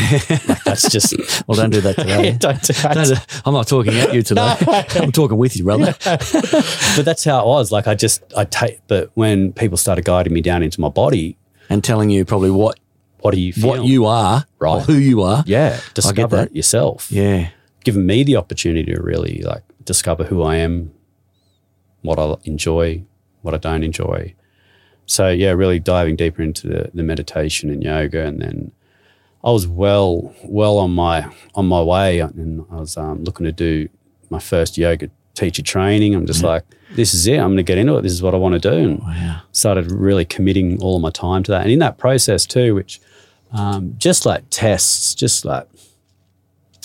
Speaker 2: Like, that's just
Speaker 1: well,
Speaker 2: [LAUGHS]
Speaker 1: don't do that today. [LAUGHS]
Speaker 2: don't do that.
Speaker 1: Don't do- I'm not talking at you
Speaker 2: [LAUGHS]
Speaker 1: today. I'm talking with you, brother.
Speaker 2: But that's how it was. Like I just I take. But when people started guiding me down into my body,
Speaker 1: And telling you probably what
Speaker 2: what do you feel?
Speaker 1: what you are, or
Speaker 2: Right.
Speaker 1: who you are.
Speaker 2: yeah discover
Speaker 1: that.
Speaker 2: it yourself.
Speaker 1: Yeah.
Speaker 2: Giving me the opportunity to really like discover who I am, what I enjoy, what I don't enjoy. So yeah, really diving deeper into the, the meditation and yoga, and then I was well well on my on my way, and I was um, looking to do my first yoga teacher training. I'm just like, this is it. I'm going to get into it. This is what I want to do. And
Speaker 1: Wow.
Speaker 2: started really committing all of my time to that. And in that process too, which um, just like tests, just like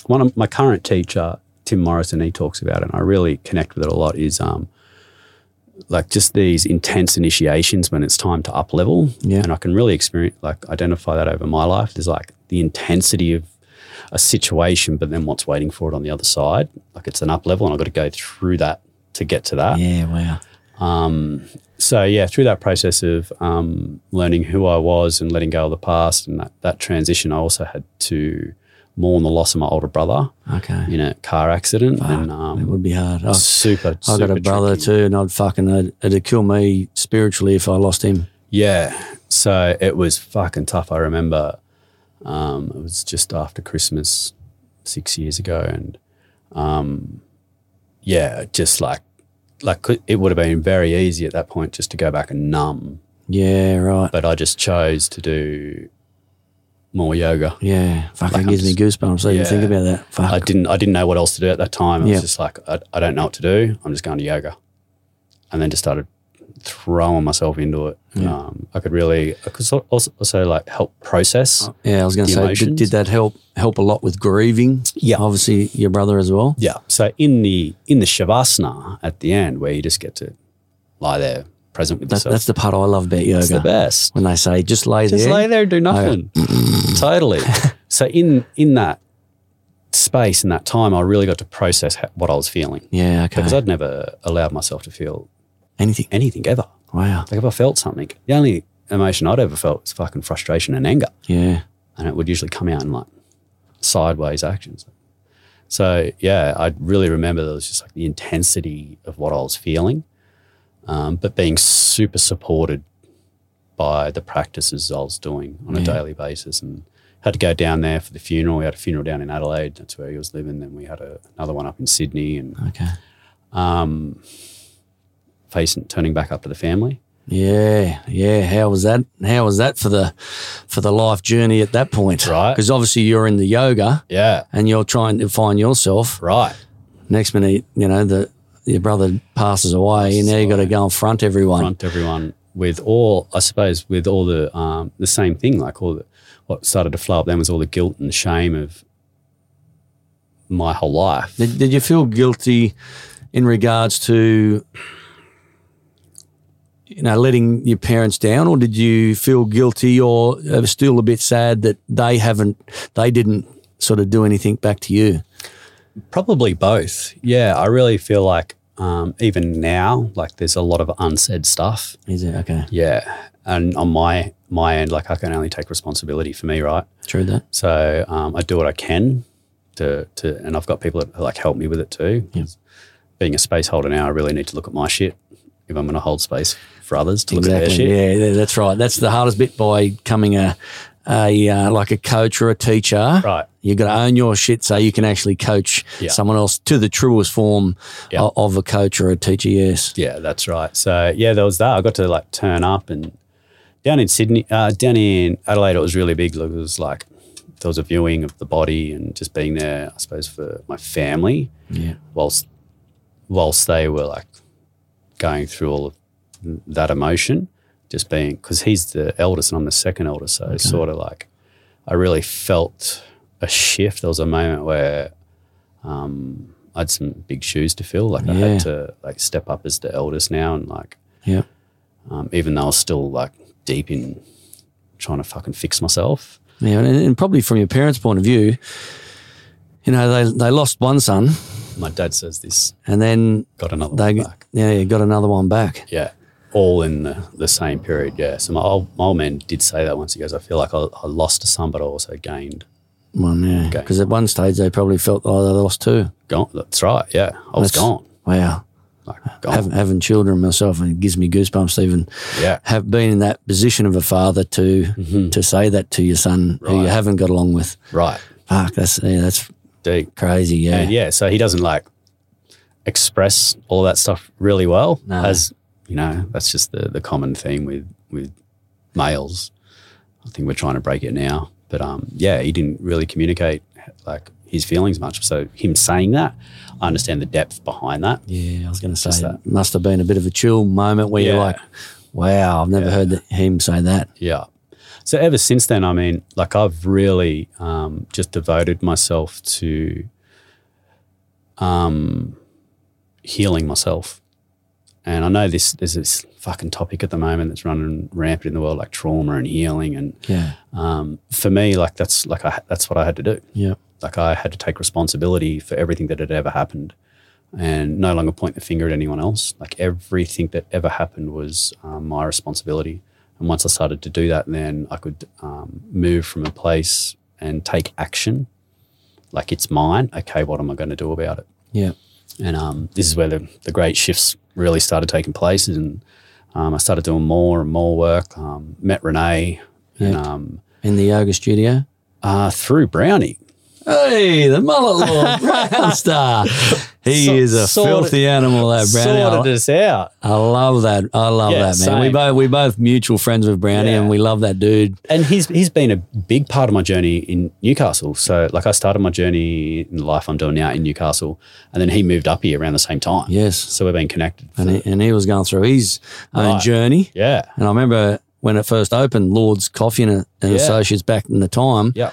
Speaker 2: one of my current teacher, Tim Morrison, he talks about it, and I really connect with it a lot, is um, like just these intense initiations when it's time to up level.
Speaker 1: Yeah.
Speaker 2: And I can really experience, like identify that over my life. There's like the intensity of a situation, but then what's waiting for it on the other side. Like it's an up level and I've got to go through that to get to that.
Speaker 1: Yeah. Wow.
Speaker 2: So yeah, through that process of um, learning who I was and letting go of the past and that, that transition, I also had to mourn the loss of my older brother
Speaker 1: Okay.
Speaker 2: in a car accident, and
Speaker 1: It
Speaker 2: um,
Speaker 1: would be hard. I,
Speaker 2: super.
Speaker 1: I got a brother too, and I'd fucking it'd, it'd kill me spiritually if I lost him.
Speaker 2: Yeah. So it was fucking tough. I remember um, it was just after Christmas six years ago. And um, yeah, just like, like it would have been very easy at that point just to go back and numb.
Speaker 1: Yeah. Right.
Speaker 2: But I just chose to do more yoga.
Speaker 1: Yeah. Fuck.
Speaker 2: Like,
Speaker 1: it
Speaker 2: I'm
Speaker 1: gives me goosebumps. Even
Speaker 2: Yeah.
Speaker 1: think about that. Fuck.
Speaker 2: I didn't, I didn't know what else to do at that time. I
Speaker 1: Yeah.
Speaker 2: was just like, I, I don't know what to do. I'm just going to yoga. And then just started throwing myself into it. Um, I could really, I could sort- also, also like help process.
Speaker 1: yeah. I was going to
Speaker 2: the
Speaker 1: say, did,
Speaker 2: emotions.
Speaker 1: did that help help a lot with grieving?
Speaker 2: Yeah.
Speaker 1: Obviously, your brother as well.
Speaker 2: Yeah. So in the in the shavasana at the end, where you just get to lie there, present with
Speaker 1: That,
Speaker 2: yourself,
Speaker 1: that's the part I love about
Speaker 2: it's the
Speaker 1: yoga.
Speaker 2: best.
Speaker 1: When they say just lay
Speaker 2: Just
Speaker 1: there.
Speaker 2: lay there and do nothing. totally. So in in that space in that time, I really got to process ha- what I was feeling
Speaker 1: yeah. Okay.
Speaker 2: because I'd never allowed myself to feel
Speaker 1: Anything.
Speaker 2: anything ever.
Speaker 1: Wow.
Speaker 2: Like if I felt something, the only emotion I'd ever felt was fucking frustration and anger.
Speaker 1: Yeah.
Speaker 2: and it would usually come out in like sideways actions. So yeah, I really remember there was just like the intensity of what I was feeling, um, but being super supported by the practices I was doing on a daily basis, and had to go down there for the funeral. We had a funeral down in Adelaide, that's where he was living. Then we had a, another one up in Sydney, and
Speaker 1: Okay.
Speaker 2: facing turning back up to the family.
Speaker 1: Yeah, yeah. How was that? How was that for the for the life journey at that point?
Speaker 2: Right.
Speaker 1: Because obviously you're in the yoga
Speaker 2: Yeah,
Speaker 1: and you're trying to find yourself.
Speaker 2: right.
Speaker 1: Next minute, you know the your brother passes away, and now you got to go and front everyone.
Speaker 2: confront everyone with all, I suppose, with all the um, the same thing. Like all the, what started to flow up then was all the guilt and shame of my whole life.
Speaker 1: Did, did you feel guilty in regards to you know, letting your parents down, or did you feel guilty, or uh, still a bit sad that they haven't, they didn't sort of do anything back to you?
Speaker 2: Probably both. Yeah, I really feel like um, even now, like there's a lot of unsaid stuff.
Speaker 1: Is it okay?
Speaker 2: Yeah, and on my my end, like I can only take responsibility for me, right?
Speaker 1: True that.
Speaker 2: So um, I do what I can to to, and I've got people that like help me with it too.
Speaker 1: Yeah.
Speaker 2: Being a space holder now, I really need to look at my shit if I'm going to hold space for others to look at their shit.
Speaker 1: Yeah, th- that's right. That's the hardest bit by coming a, a uh, like a coach or a teacher.
Speaker 2: Right.
Speaker 1: You got to own your shit so you can actually coach
Speaker 2: Yeah.
Speaker 1: someone else to the truest form
Speaker 2: Yeah.
Speaker 1: o- of a coach or a teacher. Yes.
Speaker 2: Yeah, that's right. So yeah, there was that. I got to like turn up and down in Sydney, uh, down in Adelaide, it was really big. Like, It was like there was a viewing of the body and just being there, I suppose, for my family
Speaker 1: Yeah.
Speaker 2: whilst whilst they were like going through all of that emotion, just being because he's the eldest and I'm the second eldest, so it's sort of like I really felt a shift. There was a moment where um, I had some big shoes to fill. Like I
Speaker 1: Yeah.
Speaker 2: had to like step up as the eldest now, and like
Speaker 1: Yeah.
Speaker 2: um, even though I was still like deep in trying to fucking fix myself.
Speaker 1: Yeah, and, and probably from your parents' point of view, you know they they lost one son,
Speaker 2: My dad says this
Speaker 1: and then
Speaker 2: got another
Speaker 1: they
Speaker 2: one back.
Speaker 1: yeah you got another one back.
Speaker 2: Yeah. All in the, the same period. Yeah. So my old, my old man did say that once. He goes, I feel like I, I lost a son, but I also gained.
Speaker 1: One, yeah,
Speaker 2: Okay.
Speaker 1: because at one stage they probably felt oh they lost two.
Speaker 2: Gone. That's right. Yeah. I was
Speaker 1: That's-
Speaker 2: gone.
Speaker 1: Wow,
Speaker 2: Like, gone.
Speaker 1: having, having children myself and it gives me goosebumps to even
Speaker 2: yeah.
Speaker 1: have been in that position of a father to to say that to your son who you
Speaker 2: Mm-hmm. Right.
Speaker 1: haven't got along with.
Speaker 2: Right.
Speaker 1: Fuck, that's yeah, that's
Speaker 2: Deep.
Speaker 1: crazy. Yeah,
Speaker 2: And yeah. So he doesn't like express all that stuff really well.
Speaker 1: No.
Speaker 2: As you know, that's just the, the common theme with, with males. I think we're trying to break it now. But um, yeah, he didn't really communicate like his feelings much. So him saying that, I understand the depth behind that.
Speaker 1: yeah. I was going to say
Speaker 2: that.
Speaker 1: that must have been a bit of a chill moment where you're
Speaker 2: Yeah.
Speaker 1: like, wow, I've never heard that, him say that.
Speaker 2: Yeah. So ever since then, I mean, like I've really um, just devoted myself to um, healing myself. And I know this there's this fucking topic at the moment that's running rampant in the world, like trauma and healing. And
Speaker 1: Yeah,
Speaker 2: um, for me, like that's like I, that's what I had to do.
Speaker 1: yeah.
Speaker 2: Like I had to take responsibility for everything that had ever happened, and no longer point the finger at anyone else. Like everything that ever happened was um, my responsibility. And once I started to do that, then I could um, move from a place and take action. Like it's mine. Okay, what am I going to do about it?
Speaker 1: Yeah.
Speaker 2: And um, this is where the, the great shifts really started taking place. And um, I started doing more and more work. Um, met Renee and,
Speaker 1: Yeah.
Speaker 2: um,
Speaker 1: In the yoga studio.
Speaker 2: uh, through Brownie.
Speaker 1: Hey, the mullet
Speaker 2: [LAUGHS]
Speaker 1: lord, brown star. He
Speaker 2: So-
Speaker 1: is a
Speaker 2: sorted-
Speaker 1: filthy animal, that Uh, brownie.
Speaker 2: Sorted
Speaker 1: I,
Speaker 2: us out.
Speaker 1: I love that. I love
Speaker 2: Yeah,
Speaker 1: that man. We
Speaker 2: same.
Speaker 1: both we both mutual friends with Brownie,
Speaker 2: Yeah.
Speaker 1: and we love that dude.
Speaker 2: and he's he's been a big part of my journey in Newcastle. So like I started my journey in the life I'm doing now in Newcastle, and then he moved up here around the same time.
Speaker 1: Yes,
Speaker 2: So we've been connected.
Speaker 1: and he, and he was going through his own
Speaker 2: Right.
Speaker 1: journey.
Speaker 2: yeah.
Speaker 1: And I remember when it first opened, Lord's Coffee and, and
Speaker 2: Yeah.
Speaker 1: Associates back in the time,
Speaker 2: Yeah.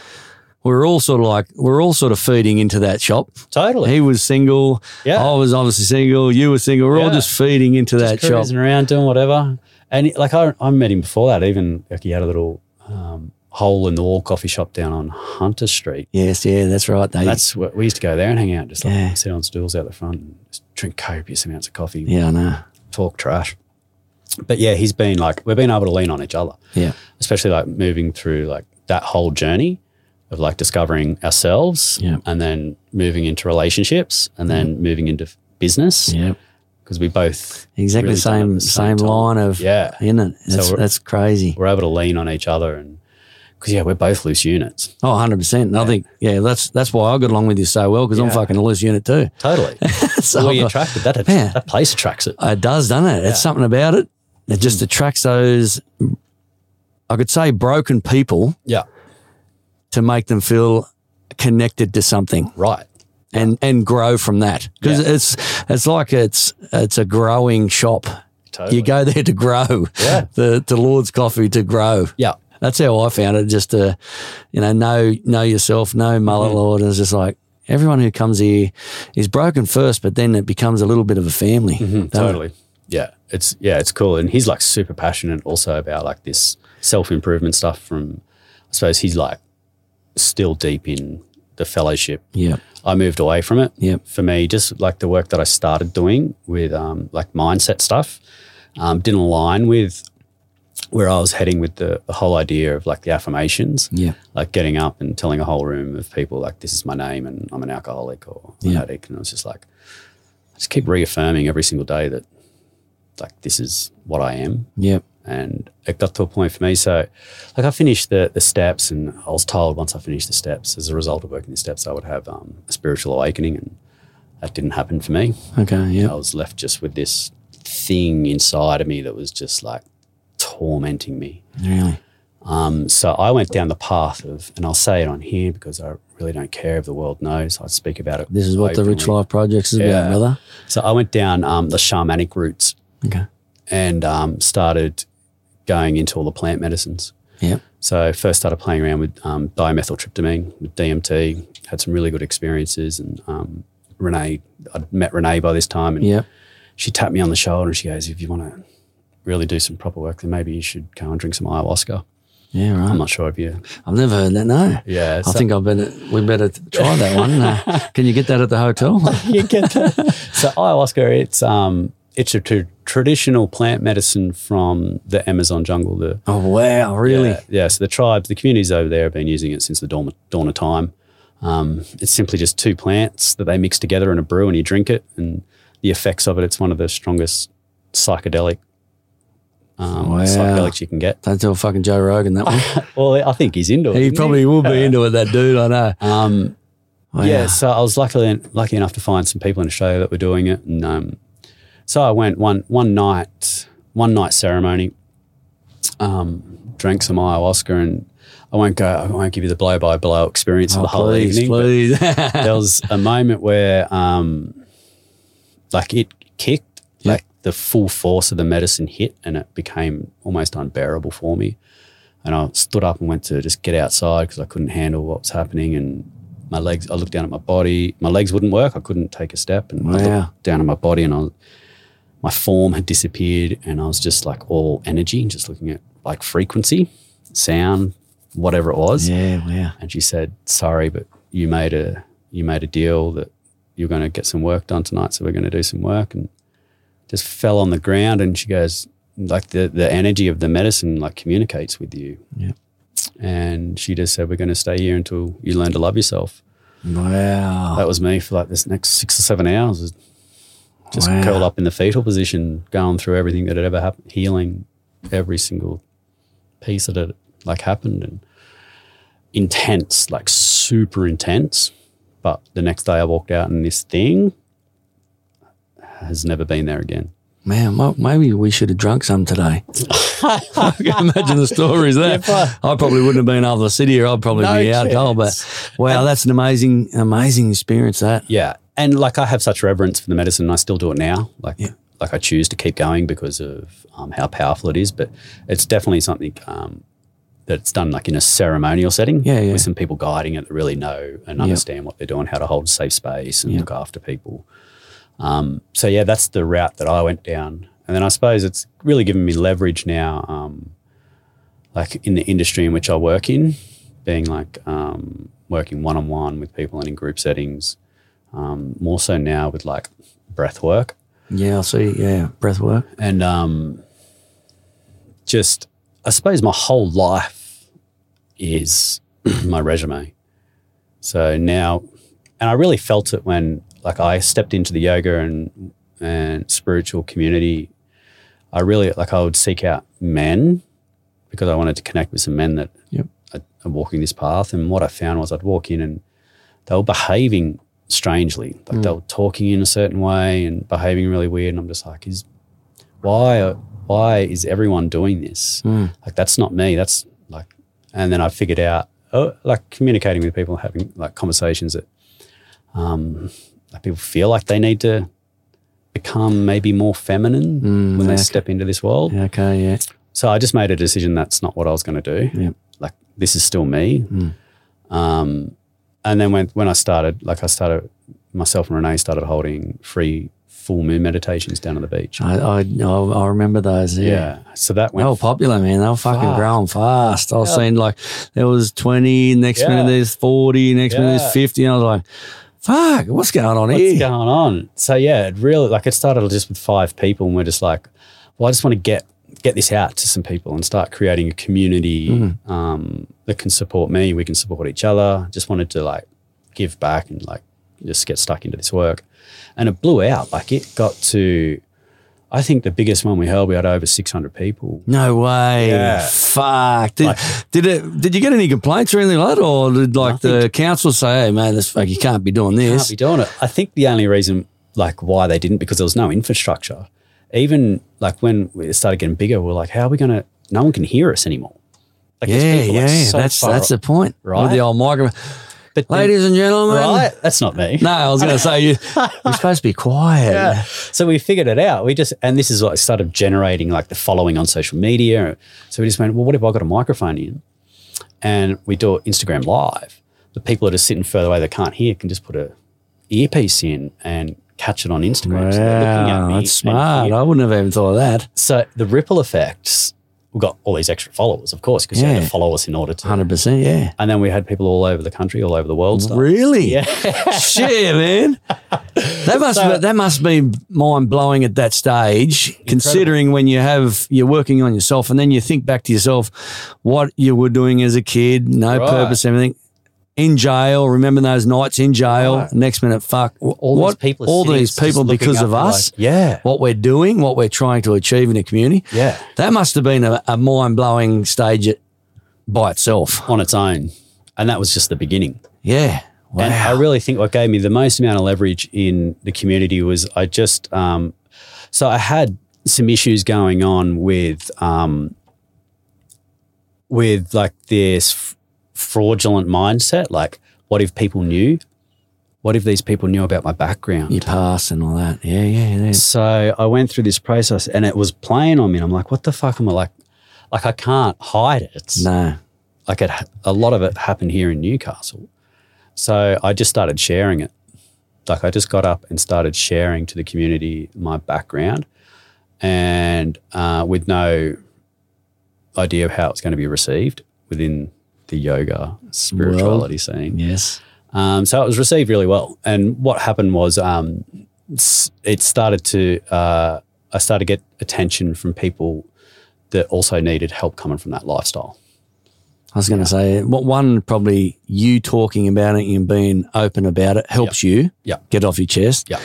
Speaker 1: we were all sort of like we were all sort of feeding into that shop.
Speaker 2: Totally.
Speaker 1: He was single.
Speaker 2: Yeah.
Speaker 1: I was obviously single. You were single. We're all
Speaker 2: Yeah.
Speaker 1: just feeding into that shop.
Speaker 2: cruising around doing whatever. And he- like I, I met him before that. Even like he had a little um, hole in the wall coffee shop down on Hunter Street.
Speaker 1: Yes, yeah, that's right. They,
Speaker 2: That's what we used to go there and hang out, just like
Speaker 1: Yeah.
Speaker 2: sit on stools out the front and just drink copious amounts of coffee,
Speaker 1: yeah, I know.
Speaker 2: talk trash. But yeah, he's been like we've been able to lean on each other.
Speaker 1: Yeah,
Speaker 2: especially like moving through like that whole journey of like discovering ourselves
Speaker 1: Yeah.
Speaker 2: and then moving into relationships and then moving into f- business
Speaker 1: yeah.
Speaker 2: because we both
Speaker 1: Exactly
Speaker 2: really done it at
Speaker 1: same
Speaker 2: the
Speaker 1: same,
Speaker 2: same time.
Speaker 1: line of
Speaker 2: Yeah.
Speaker 1: in it. That's
Speaker 2: we're-
Speaker 1: that's crazy.
Speaker 2: were able to lean on each other and because yeah we're both loose units
Speaker 1: Oh, 100 percent. And I think yeah, that's that's why I got along with you so well because I'm
Speaker 2: Yeah.
Speaker 1: fucking a loose unit too. [LAUGHS]
Speaker 2: [LAUGHS] totally
Speaker 1: so
Speaker 2: so
Speaker 1: [LAUGHS] I've
Speaker 2: we
Speaker 1: got-
Speaker 2: attracted that
Speaker 1: Yeah.
Speaker 2: that place attracts it
Speaker 1: it does, doesn't it? It's something about it. It
Speaker 2: Mm.
Speaker 1: just attracts those. I could say broken people
Speaker 2: yeah
Speaker 1: to make them feel connected to something
Speaker 2: right
Speaker 1: and and grow from that because it's it's like it's it's a growing shop.
Speaker 2: totally
Speaker 1: You go there to grow.
Speaker 2: Yeah.
Speaker 1: [LAUGHS] the the Lord's Coffee to grow.
Speaker 2: yeah
Speaker 1: That's how I found it. Just to, you know, know know yourself, know mullet
Speaker 2: Mm.
Speaker 1: lord, and it's just like everyone who comes here is broken first, but then it becomes a little bit of a family. doesn't it?
Speaker 2: Mm-hmm. totally yeah, it's yeah, it's cool. And he's like super passionate also about like this self improvement stuff. From I suppose he's like still deep in the fellowship.
Speaker 1: Yeah.
Speaker 2: I moved away from it.
Speaker 1: Yep.
Speaker 2: For me, just like the work that I started doing with um, like mindset stuff um, didn't align with where I was heading with the, the whole idea of like the affirmations.
Speaker 1: Yeah.
Speaker 2: Like getting up and telling a whole room of people like this is my name and I'm an alcoholic or an addict. And I was just like, I just keep reaffirming every single day that like this is what I am
Speaker 1: Yeah.
Speaker 2: and it got to a point for me. So, like, I finished the the steps, and I was told once I finished the steps, as a result of working the steps, I would have um, a spiritual awakening, and that didn't happen for me.
Speaker 1: Okay.
Speaker 2: I
Speaker 1: Yeah.
Speaker 2: was left just with this thing inside of me that was just like tormenting me.
Speaker 1: Really.
Speaker 2: Um, so I went down the path of, and I'll say it on here because I really don't care if the world knows. I speak about it.
Speaker 1: This is what the Rich
Speaker 2: openly.
Speaker 1: Life Projects is
Speaker 2: Yeah.
Speaker 1: about, brother.
Speaker 2: So I went down um, the shamanic roots
Speaker 1: Okay.
Speaker 2: and um, started going into all the plant medicines.
Speaker 1: Yeah.
Speaker 2: So I first started playing around with um, dimethyltryptamine, with DMT. Had some really good experiences, and um, Renee, I'd met Renee by this time, and
Speaker 1: Yeah.
Speaker 2: she tapped me on the shoulder and she goes, "If you want to really do some proper work, then maybe you should go and drink some ayahuasca."
Speaker 1: Yeah.
Speaker 2: I'm
Speaker 1: Right.
Speaker 2: not sure if you,
Speaker 1: I've never heard that. No.
Speaker 2: yeah,
Speaker 1: I [LAUGHS]
Speaker 2: so-
Speaker 1: think I better we better try that one.
Speaker 2: [LAUGHS]
Speaker 1: Uh, can you get that at the hotel?
Speaker 2: you get that. [LAUGHS] so ayahuasca, it's um, it's a tr- traditional plant medicine from the Amazon jungle, the
Speaker 1: Oh wow! Really?
Speaker 2: Yeah, yeah, so the tribes, the communities over there have been using it since the dawn, dawn of time. Um, it's simply just two plants that they mix together in a brew and you drink it. And the effects of it, it's one of the strongest psychedelic um,
Speaker 1: Wow.
Speaker 2: psychedelics you can get. [LAUGHS]
Speaker 1: Don't tell fucking Joe Rogan that one.
Speaker 2: Well, I think he's into it.
Speaker 1: he
Speaker 2: isn't
Speaker 1: probably will be into it. That dude, I know.
Speaker 2: Um,
Speaker 1: Wow.
Speaker 2: yeah, so I was luckily lucky enough to find some people in Australia that were doing it, and um, so I went one one night one night ceremony, um, drank some ayahuasca, and I won't go. I won't give you the blow by blow experience of
Speaker 1: Oh,
Speaker 2: the whole
Speaker 1: please,
Speaker 2: evening. but
Speaker 1: please. [LAUGHS]
Speaker 2: [LAUGHS] There was a moment where, um, like it kicked,
Speaker 1: Yeah.
Speaker 2: like the full force of the medicine hit, and it became almost unbearable for me. And I stood up and went to just get outside because I couldn't handle what was happening. And my legs, I looked down at my body. My legs wouldn't work. I couldn't take a step. And I
Speaker 1: Wow.
Speaker 2: looked down at my body and I, was- my form had disappeared. And I was just like all energy, just looking at like frequency, sound, whatever it was.
Speaker 1: yeah. Wow.
Speaker 2: And she said, sorry, but you made a, you made a deal that you're going to get some work done tonight. So we're going to do some work. And just fell on the ground. And she goes, like the, the energy of the medicine like communicates with you and she just said, "We're going to stay here until you learn to love yourself."
Speaker 1: Wow.
Speaker 2: That was me for like this next six or seven hours, was just
Speaker 1: Wow.
Speaker 2: curled up in the fetal position, going through everything that had ever happened, healing every single piece that had like happened, and intense, like super intense. But the next day, I walked out, and this thing has never been there again.
Speaker 1: Man, mo- maybe we should have drunk some
Speaker 2: [LAUGHS]
Speaker 1: today. I can imagine the stories there. I probably wouldn't have been able to sit here. I'd probably
Speaker 2: No
Speaker 1: be out cold. But wow, that's an amazing, amazing experience. That
Speaker 2: Yeah, and like I have such reverence for the medicine, and I still do it now. Like, like I choose to keep going because of um, how powerful it is. But it's definitely something um, that's done like in a ceremonial setting,
Speaker 1: Yeah, yeah.
Speaker 2: with some people guiding it that really know and understand what they're doing, how to hold safe space and look after people. Um, so yeah, that's the route that I went down, and then I suppose it's really given me leverage now. Um, like in the industry in which I work in, being like um, working one on one with people and in group settings, um, more so now with like breath work
Speaker 1: yeah, I see. Yeah, breath work.
Speaker 2: and um, just I suppose my whole life is [CLEARS THROAT] my resume. So now, and I really felt it when like I stepped into the yoga and and spiritual community. I really like I would seek out men because I wanted to connect with some men that
Speaker 1: Yep.
Speaker 2: are are walking this path. And what I found was I'd walk in and they were behaving strangely, like they were talking in a certain way and behaving really weird. And I'm just like, is why why is everyone doing this like that's not me that's like and then i figured out oh, like communicating with people having like conversations that um that people feel like they need to become maybe more feminine
Speaker 1: Mm,
Speaker 2: when they
Speaker 1: okay.
Speaker 2: step into this world
Speaker 1: Yeah, okay, yeah,
Speaker 2: so i just made a decision that's not what i was going to do
Speaker 1: Yep.
Speaker 2: like this is still me
Speaker 1: Mm.
Speaker 2: um and then when when i started like i started myself and renee started holding free full moon meditations down on the beach.
Speaker 1: I, I, I, I remember those. Yeah. Oh,
Speaker 2: yeah. So that
Speaker 1: They
Speaker 2: went
Speaker 1: were popular, man. They were fucking
Speaker 2: Fuck.
Speaker 1: growing fast. I was
Speaker 2: Yeah.
Speaker 1: seeing like there was 20, next minute
Speaker 2: Yeah.
Speaker 1: there's 40, next minute
Speaker 2: Yeah.
Speaker 1: there's 50. And I was like, fuck, what's going on
Speaker 2: what's
Speaker 1: here?
Speaker 2: going on? So yeah, it really like it started just with five people, and we're just like, well, I just want to get get this out to some people and start creating a community um, that can support me. We can support each other. Just wanted to like give back and like just get stuck into this work, and it blew out. Like it got to, I think the biggest one we held, we had over six hundred people.
Speaker 1: No way.
Speaker 2: Yeah.
Speaker 1: Fuck. Did, did it did you get any complaints or anything like that? Or did like the council say, hey man, this fuck you can't be doing
Speaker 2: can't
Speaker 1: this?
Speaker 2: be doing it. I think the only reason, like, why they didn't, because there was no infrastructure. Even like when it started getting bigger, we were like, how are we going to? No one can hear us anymore. Like, there's
Speaker 1: yeah,
Speaker 2: people,
Speaker 1: yeah.
Speaker 2: like, so
Speaker 1: that's
Speaker 2: far
Speaker 1: that's the
Speaker 2: up-
Speaker 1: point.
Speaker 2: Right?
Speaker 1: With the old microphone.
Speaker 2: but then-
Speaker 1: Ladies and gentlemen.
Speaker 2: right? That's not me.
Speaker 1: No, I was gonna say you you're supposed to be quiet.
Speaker 2: Yeah. [LAUGHS] So we figured it out. We just and this is what started generating like the following on social media. So we just went, well, what if I got a microphone in and we do it Instagram live? The people that are sitting further away that can't hear can just put a earpiece in and catch it on Instagram. so they're looking at
Speaker 1: Wow,
Speaker 2: me
Speaker 1: that's
Speaker 2: and
Speaker 1: smart.
Speaker 2: hear-
Speaker 1: I wouldn't have even thought of that.
Speaker 2: So the ripple effects, we got all these extra followers, of course, because you had
Speaker 1: Yeah.
Speaker 2: to follow us in order to.
Speaker 1: Hundred percent, yeah.
Speaker 2: And then we had people all over the country, all over the world. Stuff.
Speaker 1: Really?
Speaker 2: Yeah.
Speaker 1: Shit, man. That must
Speaker 2: So-
Speaker 1: be, that must be mind blowing at that stage, considering when you have you're working on yourself, and then you think back to yourself, what you were doing as a kid, no
Speaker 2: Right.
Speaker 1: purpose, everything. In jail, remember those nights in jail.
Speaker 2: Right.
Speaker 1: Next minute, fuck.
Speaker 2: All
Speaker 1: what,
Speaker 2: these people. are
Speaker 1: all
Speaker 2: sitting
Speaker 1: these
Speaker 2: just
Speaker 1: people
Speaker 2: looking
Speaker 1: because
Speaker 2: up
Speaker 1: of
Speaker 2: and like,
Speaker 1: us,
Speaker 2: yeah.
Speaker 1: what we're doing, what we're trying to achieve in the community.
Speaker 2: Yeah.
Speaker 1: That must have been a, a mind blowing stage it, by itself.
Speaker 2: on its own. And that was just the beginning.
Speaker 1: Yeah. Wow.
Speaker 2: And I really think what gave me the most amount of leverage in the community was I just, um, so I had some issues going on with, um, with like this f- fraudulent mindset. Like, what if people knew? What if these people knew about my background?
Speaker 1: you pass and all that. Yeah, yeah, yeah.
Speaker 2: So I went through this process and it was playing on me. And I'm like, what the fuck am I like? Like, I can't hide it
Speaker 1: No.
Speaker 2: like it, a lot of it happened here in Newcastle. So I just started sharing it. Like I just got up and started sharing to the community my background, and uh, with no idea of how it's going to be received within the yoga spirituality scene.
Speaker 1: Yes.
Speaker 2: Um, so it was received really well. And what happened was um, s- it started to, uh, I started to get attention from people that also needed help coming from that lifestyle.
Speaker 1: I was going to say, what one probably you talking about it and being open about it helps you
Speaker 2: Yeah.
Speaker 1: get off your chest.
Speaker 2: Yeah.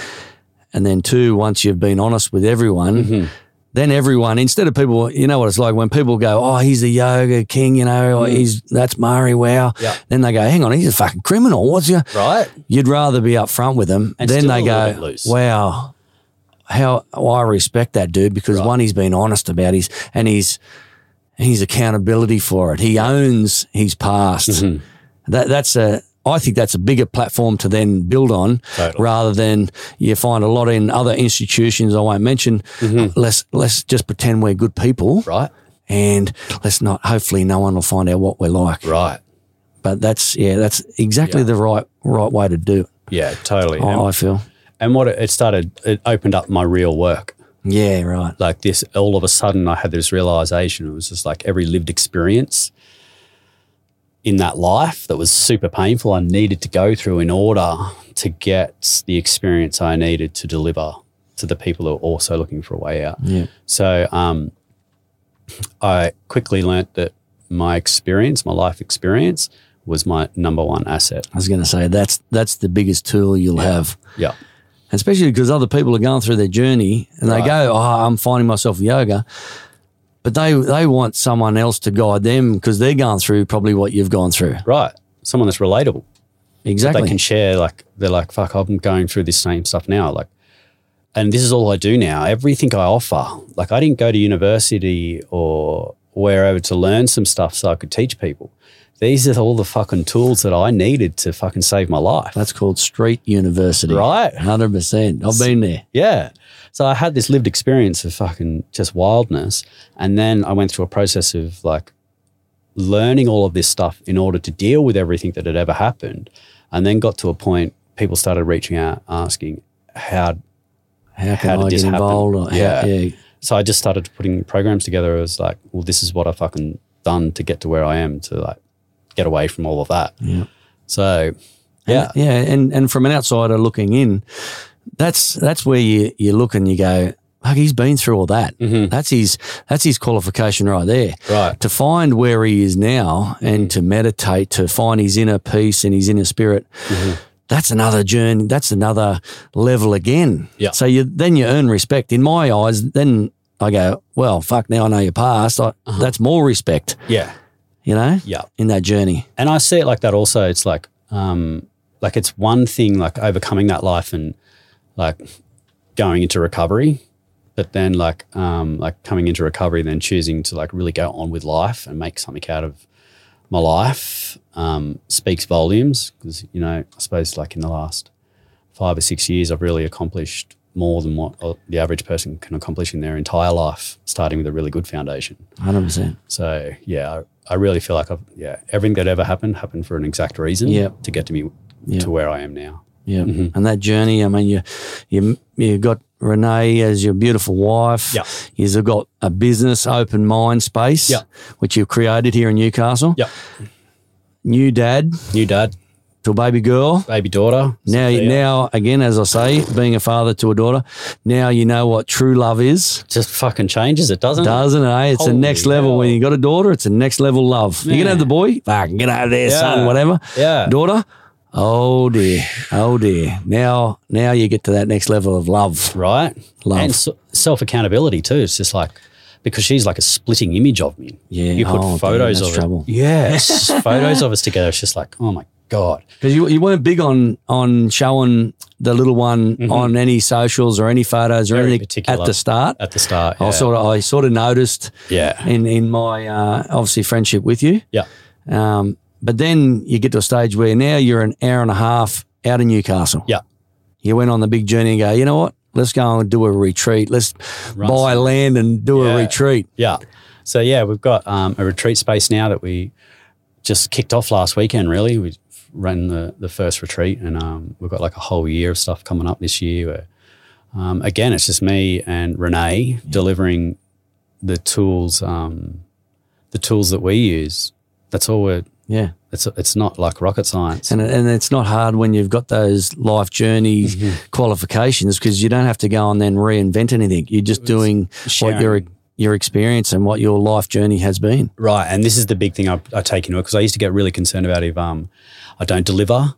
Speaker 1: And then two, once you've been honest with everyone,
Speaker 2: Mm-hmm.
Speaker 1: then everyone instead of people, you know what it's like when people go, "Oh, he's the yoga king," you know, or he's that's Murray. Wow.
Speaker 2: Mm. Yeah.
Speaker 1: Then they go, "Hang on, he's a fucking criminal." What's your?
Speaker 2: Right?
Speaker 1: You'd rather be up front with them.
Speaker 2: And
Speaker 1: then
Speaker 2: still a
Speaker 1: they
Speaker 2: little
Speaker 1: go,
Speaker 2: bit loose.
Speaker 1: "Wow." How well, I respect that dude because one, he's been honest about his and he's he's accountability for it. He owns his past.
Speaker 2: Mm-hmm.
Speaker 1: That that's a I think that's a bigger platform to then build on
Speaker 2: Totally.
Speaker 1: rather than you find a lot in other institutions I won't mention.
Speaker 2: Mm-hmm.
Speaker 1: Uh, Let's let's just pretend we're good people
Speaker 2: Right?
Speaker 1: and let's not hopefully no one will find out what we're like.
Speaker 2: Right.
Speaker 1: But that's yeah, that's exactly the right right way to do it,
Speaker 2: Yeah, totally.
Speaker 1: I-
Speaker 2: And,
Speaker 1: I feel.
Speaker 2: and what it it started, it opened up my real work.
Speaker 1: Yeah, right.
Speaker 2: Like this, all of a sudden, I had this realization. It was just like every lived experience in that life that was super painful, I needed to go through in order to get the experience I needed to deliver to the people who are also looking for a way out.
Speaker 1: Yeah.
Speaker 2: So um, I quickly learnt that my experience, my life experience, was my number one asset.
Speaker 1: I was going to say that's that's the biggest tool you'll have,
Speaker 2: Yeah.
Speaker 1: especially because other people are going through their journey and they
Speaker 2: Right.
Speaker 1: go, "Oh, I'm finding myself in yoga," but they they want someone else to guide them because they're going through probably what you've gone through.
Speaker 2: Right. Someone that's relatable. they
Speaker 1: Exactly.
Speaker 2: can share like they're like fuck i'm going through this same stuff now like and this is all i do now everything i offer like i didn't go to university or wherever to learn some stuff so i could teach people these are all the fucking tools that i needed to fucking save my life
Speaker 1: that's called street university,
Speaker 2: right
Speaker 1: Hundred percent. I've been there.
Speaker 2: yeah so i had this lived experience of fucking just wildness and then i went through a process of like learning all of this stuff in order to deal with everything that had ever happened and then got to a point people started reaching out asking how
Speaker 1: How
Speaker 2: How
Speaker 1: can
Speaker 2: did
Speaker 1: I
Speaker 2: this
Speaker 1: get
Speaker 2: happen?
Speaker 1: involved? Or how-
Speaker 2: Yeah.
Speaker 1: yeah.
Speaker 2: So I just started putting programs together. I was like, well, this is what I fucking done to get to where I am to like get away from all of that.
Speaker 1: Yeah.
Speaker 2: So yeah,
Speaker 1: yeah, and and from an outsider looking in, that's that's where you you look and you go, "Fuck, he's been through all that.
Speaker 2: Mm-hmm.
Speaker 1: That's his that's his qualification right there."
Speaker 2: right.
Speaker 1: To find where he is now and to meditate, to find his inner peace and his inner spirit,
Speaker 2: Mm-hmm.
Speaker 1: that's another journey. That's another level again.
Speaker 2: Yeah.
Speaker 1: So you then you earn respect. In my eyes, then I go, well, fuck. Now I know your past. I,
Speaker 2: Uh-huh.
Speaker 1: That's more respect.
Speaker 2: Yeah.
Speaker 1: You know,
Speaker 2: Yeah.
Speaker 1: in that journey.
Speaker 2: and I see it like that also. It's like, um, like it's one thing like overcoming that life and like going into recovery, but then like um, like coming into recovery, then choosing to like really go on with life and make something out of my life um, speaks volumes because you know I suppose like in the last five or six years, I've really accomplished more than what uh, the average person can accomplish in their entire life, starting with a really good foundation.
Speaker 1: Hundred percent.
Speaker 2: So yeah, I, I really feel like I've yeah everything that ever happened happened for an exact reason.
Speaker 1: Yeah.
Speaker 2: to get to me
Speaker 1: Yeah.
Speaker 2: to where I am now.
Speaker 1: Yeah,
Speaker 2: Mm-hmm.
Speaker 1: and that journey. I mean, you you you got Renee as your beautiful wife.
Speaker 2: Yeah.
Speaker 1: you've got a business, open mind space.
Speaker 2: Yeah.
Speaker 1: which you created here in Newcastle.
Speaker 2: Yeah,
Speaker 1: New dad
Speaker 2: new dad,
Speaker 1: to a baby girl.
Speaker 2: baby daughter.
Speaker 1: Now,
Speaker 2: Sophia.
Speaker 1: now again, as I say, being a father to a daughter, now you know what true love is,
Speaker 2: just fucking changes. It doesn't.
Speaker 1: doesn't it? Eh? It's the
Speaker 2: Mm-hmm. Holy
Speaker 1: next level when
Speaker 2: hell.
Speaker 1: you got a daughter. It's the next level love. You can
Speaker 2: Yeah.
Speaker 1: have the boy, fucking get out of there, son,
Speaker 2: Yeah.
Speaker 1: whatever.
Speaker 2: Yeah.
Speaker 1: Daughter, oh dear, oh dear. Now, now you get to that next level of love.
Speaker 2: right?
Speaker 1: Love.
Speaker 2: And so, self accountability too. It's just like because she's like a splitting image of me.
Speaker 1: Yeah.
Speaker 2: you put
Speaker 1: Oh, dude,
Speaker 2: photos
Speaker 1: that's
Speaker 2: of
Speaker 1: trouble.
Speaker 2: it. Yes, [LAUGHS] photos of us together. It's just like oh my god.
Speaker 1: Because you, you weren't big on on showing the little one on any socials or any photos or
Speaker 2: Mm-hmm. Very
Speaker 1: anything
Speaker 2: particular.
Speaker 1: at the start.
Speaker 2: At the start,
Speaker 1: I
Speaker 2: yeah.
Speaker 1: sort of I sort of noticed
Speaker 2: yeah,
Speaker 1: in in my uh, obviously friendship with you.
Speaker 2: yeah,
Speaker 1: Um, but then you get to a stage where now you're an hour and a half out of Newcastle.
Speaker 2: yeah,
Speaker 1: You went on the big journey and go, you know what? Let's go and do a retreat. Let's
Speaker 2: Run
Speaker 1: buy land and do
Speaker 2: Yeah.
Speaker 1: a retreat.
Speaker 2: yeah. So yeah, we've got um, a retreat space now that we just kicked off last weekend. Really, we ran the the first retreat, and um, we've got like a whole year of stuff coming up this year. Where, um, again, it's just me and Renee delivering the tools, um, the tools that we use. That's all we're.
Speaker 1: Yeah.
Speaker 2: It's it's not like rocket science.
Speaker 1: And, and it's not hard when you've got those life journey
Speaker 2: Mm-hmm.
Speaker 1: qualifications because you don't have to go and then reinvent anything. You're just doing what
Speaker 2: sharing.
Speaker 1: your your experience and what your life journey has been.
Speaker 2: Right, and this is the big thing I, I take into it because I used to get really concerned about if um, I don't deliver.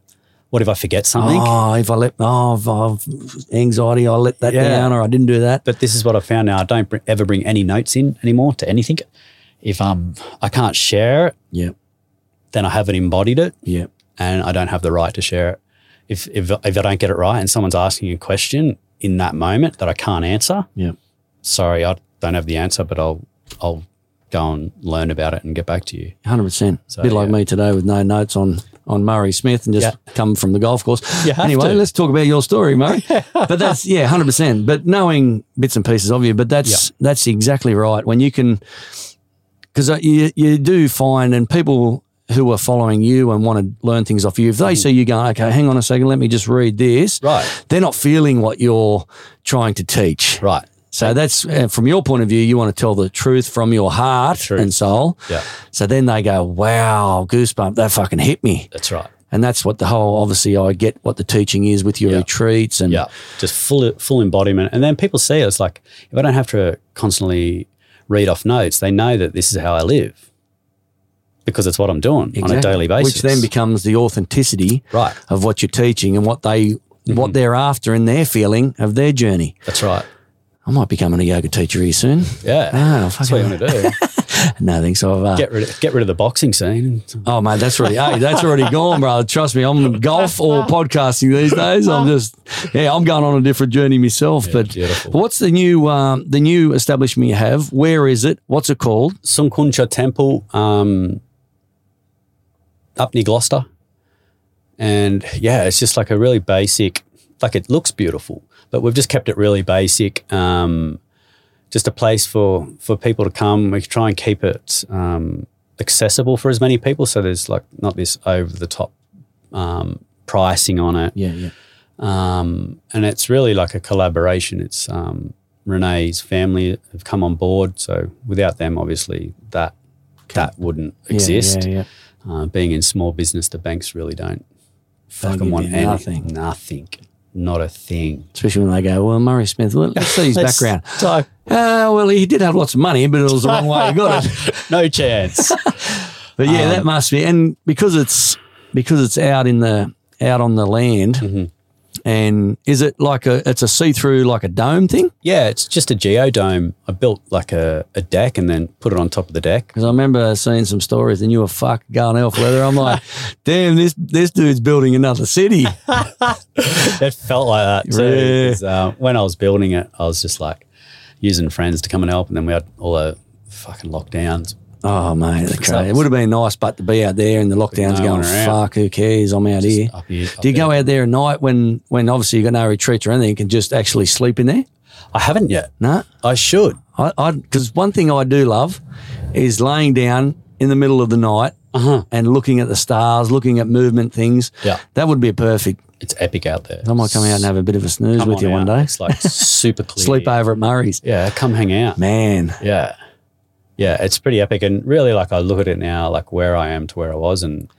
Speaker 2: What if I forget something?
Speaker 1: Oh, if I let oh, I've, I've anxiety, I let that
Speaker 2: Yeah.
Speaker 1: down, or I didn't do that.
Speaker 2: But this is what I've found now. I don't br- ever bring any notes in anymore to anything. If um, I can't share it,
Speaker 1: Yeah,
Speaker 2: then I haven't embodied it
Speaker 1: yeah,
Speaker 2: and I don't have the right to share it. If, if, if I don't get it right and someone's asking a question in that moment that I can't answer,
Speaker 1: yeah.
Speaker 2: sorry, I don't have the answer, but I'll, I'll go and learn about it and get back to you.
Speaker 1: Hundred percent. A bit like
Speaker 2: yeah.
Speaker 1: me today with no notes on on Murray Smith and just
Speaker 2: Yeah.
Speaker 1: come from the golf course.
Speaker 2: You have
Speaker 1: anyway,
Speaker 2: to.
Speaker 1: let's talk about your story,
Speaker 2: [LAUGHS]
Speaker 1: Murray. but that's yeah, hundred percent. But knowing bits and pieces of you, but that's that's exactly right. When you can, because you you do find and people who are following you and want to learn things off you, if they see you going, okay, hang on a second, let me just read this.
Speaker 2: Mm. Right.
Speaker 1: They're not feeling what you're trying to teach.
Speaker 2: Right.
Speaker 1: So that's uh, from your point of view, you want to tell the truth from your heart
Speaker 2: truth.
Speaker 1: and soul.
Speaker 2: Yeah.
Speaker 1: So then they go, wow, goosebump, that fucking hit me.
Speaker 2: That's right.
Speaker 1: And that's what the whole, obviously, I get what the teaching is with your retreats and
Speaker 2: Yeah, just full full embodiment, and then people see us like if I don't have to constantly read off notes, they know that this is how I live because it's what I'm doing on a
Speaker 1: Exactly.
Speaker 2: daily basis.
Speaker 1: Which then becomes the authenticity
Speaker 2: Right.
Speaker 1: of what you're teaching and what they,
Speaker 2: Mm-hmm.
Speaker 1: what they're after in their feeling of their journey.
Speaker 2: that's right.
Speaker 1: I might be coming a yoga teacher here soon.
Speaker 2: Yeah,
Speaker 1: Ah,
Speaker 2: that's what you want to do.
Speaker 1: [LAUGHS] No, thanks. I've, uh,
Speaker 2: get rid of, get rid of the boxing scene.
Speaker 1: Oh man, that's already hey, that's already gone, bro. Trust me, I'm golf or podcasting these days. I'm just yeah, I'm going on a different journey myself. but
Speaker 2: beautiful.
Speaker 1: what's the new um, the new establishment you have? Where is it? What's it called?
Speaker 2: Sunkuncha Temple, um, up near Gloucester. And yeah, it's just like a really basic, like it looks beautiful, but we've just kept it really basic. Um, just a place for, for people to come. We try and keep it um, accessible for as many people. So there's like not this over the top um, pricing on it.
Speaker 1: Yeah, yeah,
Speaker 2: Um, and it's really like a collaboration. It's um, Renee's family have come on board. So without them, obviously, that that wouldn't exist.
Speaker 3: Yeah, yeah,
Speaker 2: Uh, being in small business, the banks really don't
Speaker 3: give
Speaker 2: fucking
Speaker 3: you
Speaker 2: want
Speaker 3: nothing.
Speaker 2: anything. Nothing. Not a thing.
Speaker 3: Especially when they go, well, Murray Smith, well, let's see his
Speaker 2: Let's [LAUGHS]
Speaker 3: background.
Speaker 2: talk-
Speaker 1: Ah, well, he did have lots of money, but it was the wrong way he got it.
Speaker 2: no chance. [LAUGHS]
Speaker 1: But yeah, that must be, and because it's because it's out in the out on the land, and is it like a it's a see through like a dome thing?
Speaker 2: yeah, it's just a geodome. I built like a, a deck and then put it on top of the deck.
Speaker 1: Because I remember seeing some stories, and you were fuck going off weather. I'm
Speaker 2: [LAUGHS]
Speaker 1: like, damn, this this dude's building another city.
Speaker 2: it felt like that too.
Speaker 1: Yeah.
Speaker 2: 'cause, uh, when I was building it, I was just like using friends to come and help, and then we had all the fucking lockdowns.
Speaker 1: Oh mate, the crowd.
Speaker 2: Sucks.
Speaker 1: it would have been nice, but to be out there and the lockdown's
Speaker 2: No
Speaker 1: going,
Speaker 2: one around.
Speaker 1: fuck, who cares? I'm out here.
Speaker 2: Up here, up
Speaker 1: Do you
Speaker 2: there.
Speaker 1: go out there at night when when obviously you got no retreats or anything? You can just actually sleep in there.
Speaker 2: I haven't yet.
Speaker 1: No,
Speaker 2: I should.
Speaker 1: I I because one thing I do love is laying down in the middle of the night and looking at the stars, looking at movement things.
Speaker 2: Uh-huh. Yeah.
Speaker 1: that would be perfect.
Speaker 2: It's epic out there.
Speaker 1: I might come out and have a bit of a snooze
Speaker 2: Come
Speaker 1: with
Speaker 2: on
Speaker 1: you one
Speaker 2: out.
Speaker 1: day.
Speaker 2: It's like
Speaker 1: [LAUGHS]
Speaker 2: super clear.
Speaker 1: Sleep over at Murray's.
Speaker 2: Yeah, come hang out.
Speaker 1: Man,
Speaker 2: Yeah. Yeah, it's pretty epic. And really, like, I look at it now, like where I am to where I was, and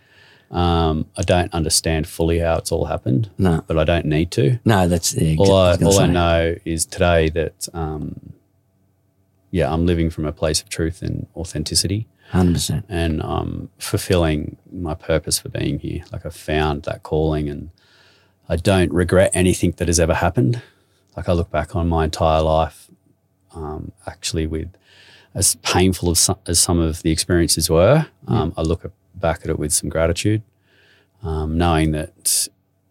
Speaker 2: um, I don't understand fully how it's all happened,
Speaker 1: no,
Speaker 2: but I don't need to.
Speaker 1: no, that's yeah,
Speaker 2: All, I,
Speaker 1: was gonna
Speaker 2: all I
Speaker 1: say.
Speaker 2: know is today that, um, yeah, I'm living from a place of truth and authenticity,
Speaker 1: 100%.
Speaker 2: and I'm fulfilling my purpose for being here. Like, I found that calling, and I don't regret anything that has ever happened. Like, I look back on my entire life, um, actually, with as painful as some, as some of the experiences were, um, I look back at it with some gratitude, um, knowing that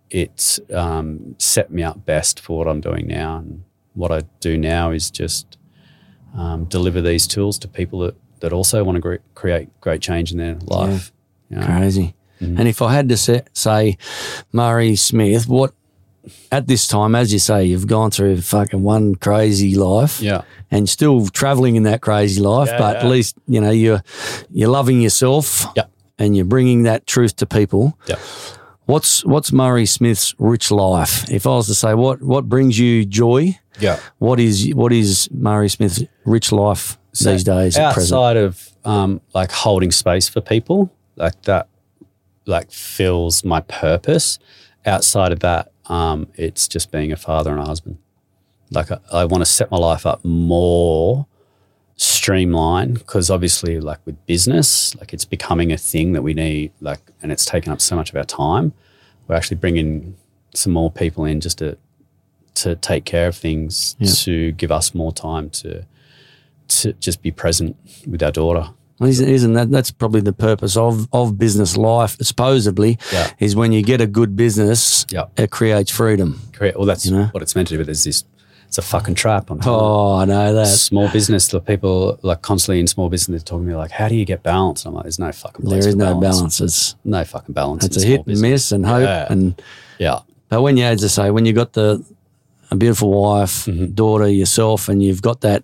Speaker 2: it's um, set me up best for what I'm doing now. And what I do now is just um, deliver these tools to people that, that also want to gre- create great change in their life. You know?
Speaker 1: Crazy.
Speaker 2: Mm-hmm.
Speaker 1: And if I had to say, say Murray Smith, what at this time, as you say, you've gone through fucking one crazy life
Speaker 2: Yeah.
Speaker 1: and still traveling in that crazy life,
Speaker 2: Yeah,
Speaker 1: but at
Speaker 2: yeah.
Speaker 1: least, you know, you're, you're loving yourself
Speaker 2: Yeah.
Speaker 1: and you're bringing that truth to people.
Speaker 2: Yeah.
Speaker 1: What's, what's Murray Smith's rich life? If I was to say what, what brings you joy,
Speaker 2: Yeah.
Speaker 1: what is, what is Murray Smith's rich life
Speaker 2: So
Speaker 1: these days at present?
Speaker 2: outside of um, like holding space for people like that like fills my purpose outside of that um, it's just being a father and a husband like i, I want to set my life up more streamlined because obviously like with business like it's becoming a thing that we need like and it's taken up so much of our time we're actually bringing some more people in just to to take care of things to give us more time to to just be present with our daughter.
Speaker 1: Well, Isn't, isn't that that's probably the purpose of of business life? Supposedly,
Speaker 2: Yeah.
Speaker 1: is when you get a good business,
Speaker 2: Yeah.
Speaker 1: it creates freedom.
Speaker 2: Correct. Well, that's
Speaker 1: know?
Speaker 2: what it's meant to do, but there's this, it's a fucking trap. I'm telling you.
Speaker 1: Oh, I know that.
Speaker 2: small business, the people like constantly in small business, they're talking to me like, how do you get balance? And I'm like, there's no fucking place
Speaker 1: There is
Speaker 2: for
Speaker 1: no
Speaker 2: balance.
Speaker 1: balance. It's
Speaker 2: No fucking balance.
Speaker 1: it's
Speaker 2: in
Speaker 1: a
Speaker 2: small
Speaker 1: hit and
Speaker 2: business.
Speaker 1: miss and hope
Speaker 2: Yeah.
Speaker 1: and
Speaker 2: Yeah.
Speaker 1: but when you as I say, when you got the a beautiful wife,
Speaker 2: Mm-hmm.
Speaker 1: daughter, yourself, and you've got that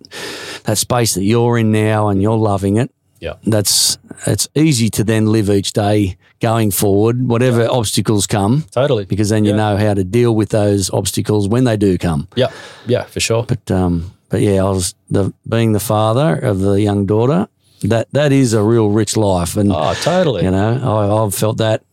Speaker 1: that space that you're in now and you're loving it,
Speaker 2: Yeah.
Speaker 1: that's it's easy to then live each day going forward, whatever obstacles come,
Speaker 2: Totally.
Speaker 1: because then you
Speaker 2: Yeah.
Speaker 1: know how to deal with those obstacles when they do come.
Speaker 2: Yeah. Yeah, for
Speaker 1: [LAUGHS]
Speaker 2: sure.
Speaker 1: But um, but yeah, I was the being the father of the young daughter. That that is a real rich life, and
Speaker 2: Oh, totally.
Speaker 1: you know I, I've felt that.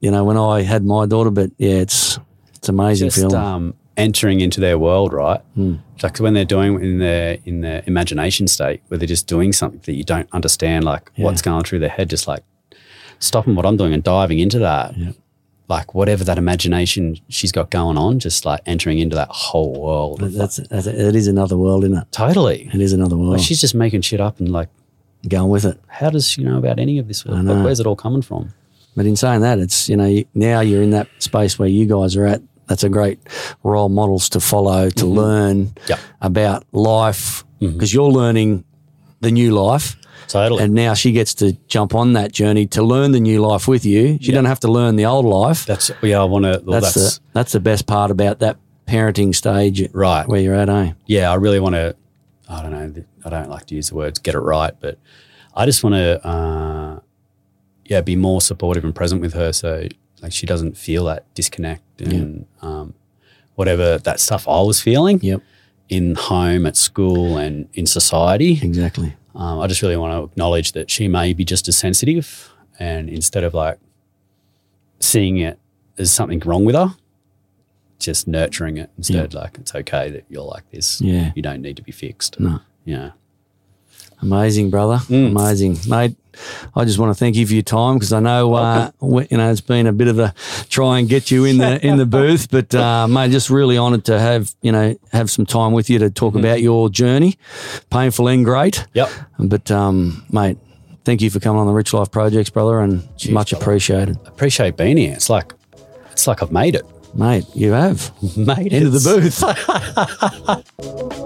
Speaker 1: You know when I had my daughter, but yeah, it's it's amazing
Speaker 2: just
Speaker 1: feeling.
Speaker 2: um, entering into their world, right?
Speaker 1: Hmm.
Speaker 2: Like when they're doing in their in their imagination state, where they're just doing something that you don't understand, like what's going through their head, just like stopping what I'm doing and diving into that, like whatever that imagination she's got going on, just like entering into that whole world.
Speaker 1: that's, that's it is another world, isn't it?
Speaker 2: totally,
Speaker 1: It is another world.
Speaker 2: like she's just making shit up and like,
Speaker 1: going with it.
Speaker 2: how does she know about any of this? Like,
Speaker 1: know.
Speaker 2: where's it all coming from?
Speaker 1: But in saying that, it's you know you- now you're in that space where you guys are at. That's a great role models to follow to learn
Speaker 2: Mm-hmm. Yeah. Mm-hmm.
Speaker 1: about life because you're learning the new life.
Speaker 2: Totally,
Speaker 1: and now she gets to jump on that journey to learn the new life with you. She doesn't have to learn the old life.
Speaker 2: that's yeah. I want to. Well,
Speaker 1: that's, the that's the best part about that parenting stage,
Speaker 2: Right.
Speaker 1: Where you're at, eh?
Speaker 2: yeah, I really want to. I don't know. th- I don't like to use the words "get it right," but I just want to, uh, yeah, be more supportive and present with her, so like she doesn't feel that disconnect and um, whatever that stuff I was feeling
Speaker 1: Yep.
Speaker 2: in home, at school, and in society.
Speaker 1: Exactly.
Speaker 2: Um, I just really want to acknowledge that she may be just as sensitive, and instead of like seeing it as something wrong with her, just nurturing it instead. Like it's okay that you're like this.
Speaker 1: Yeah.
Speaker 2: you don't need to be fixed.
Speaker 1: No.
Speaker 2: Yeah.
Speaker 1: Amazing, brother. Amazing, mate. I just want to thank you for your time because I know uh, we- you know it's been a bit of a try and get you in the [LAUGHS] in the booth, but uh, mate, just really honoured to have you know have some time with you to talk about your journey, painful and great.
Speaker 2: Yep.
Speaker 1: But um, mate, thank you for coming on the Rich Life Projects, brother, and much appreciated,
Speaker 2: Appreciate being here. It's like it's like I've made it. [LAUGHS]
Speaker 1: mate. You have
Speaker 2: Made
Speaker 1: into
Speaker 2: it.
Speaker 1: the booth.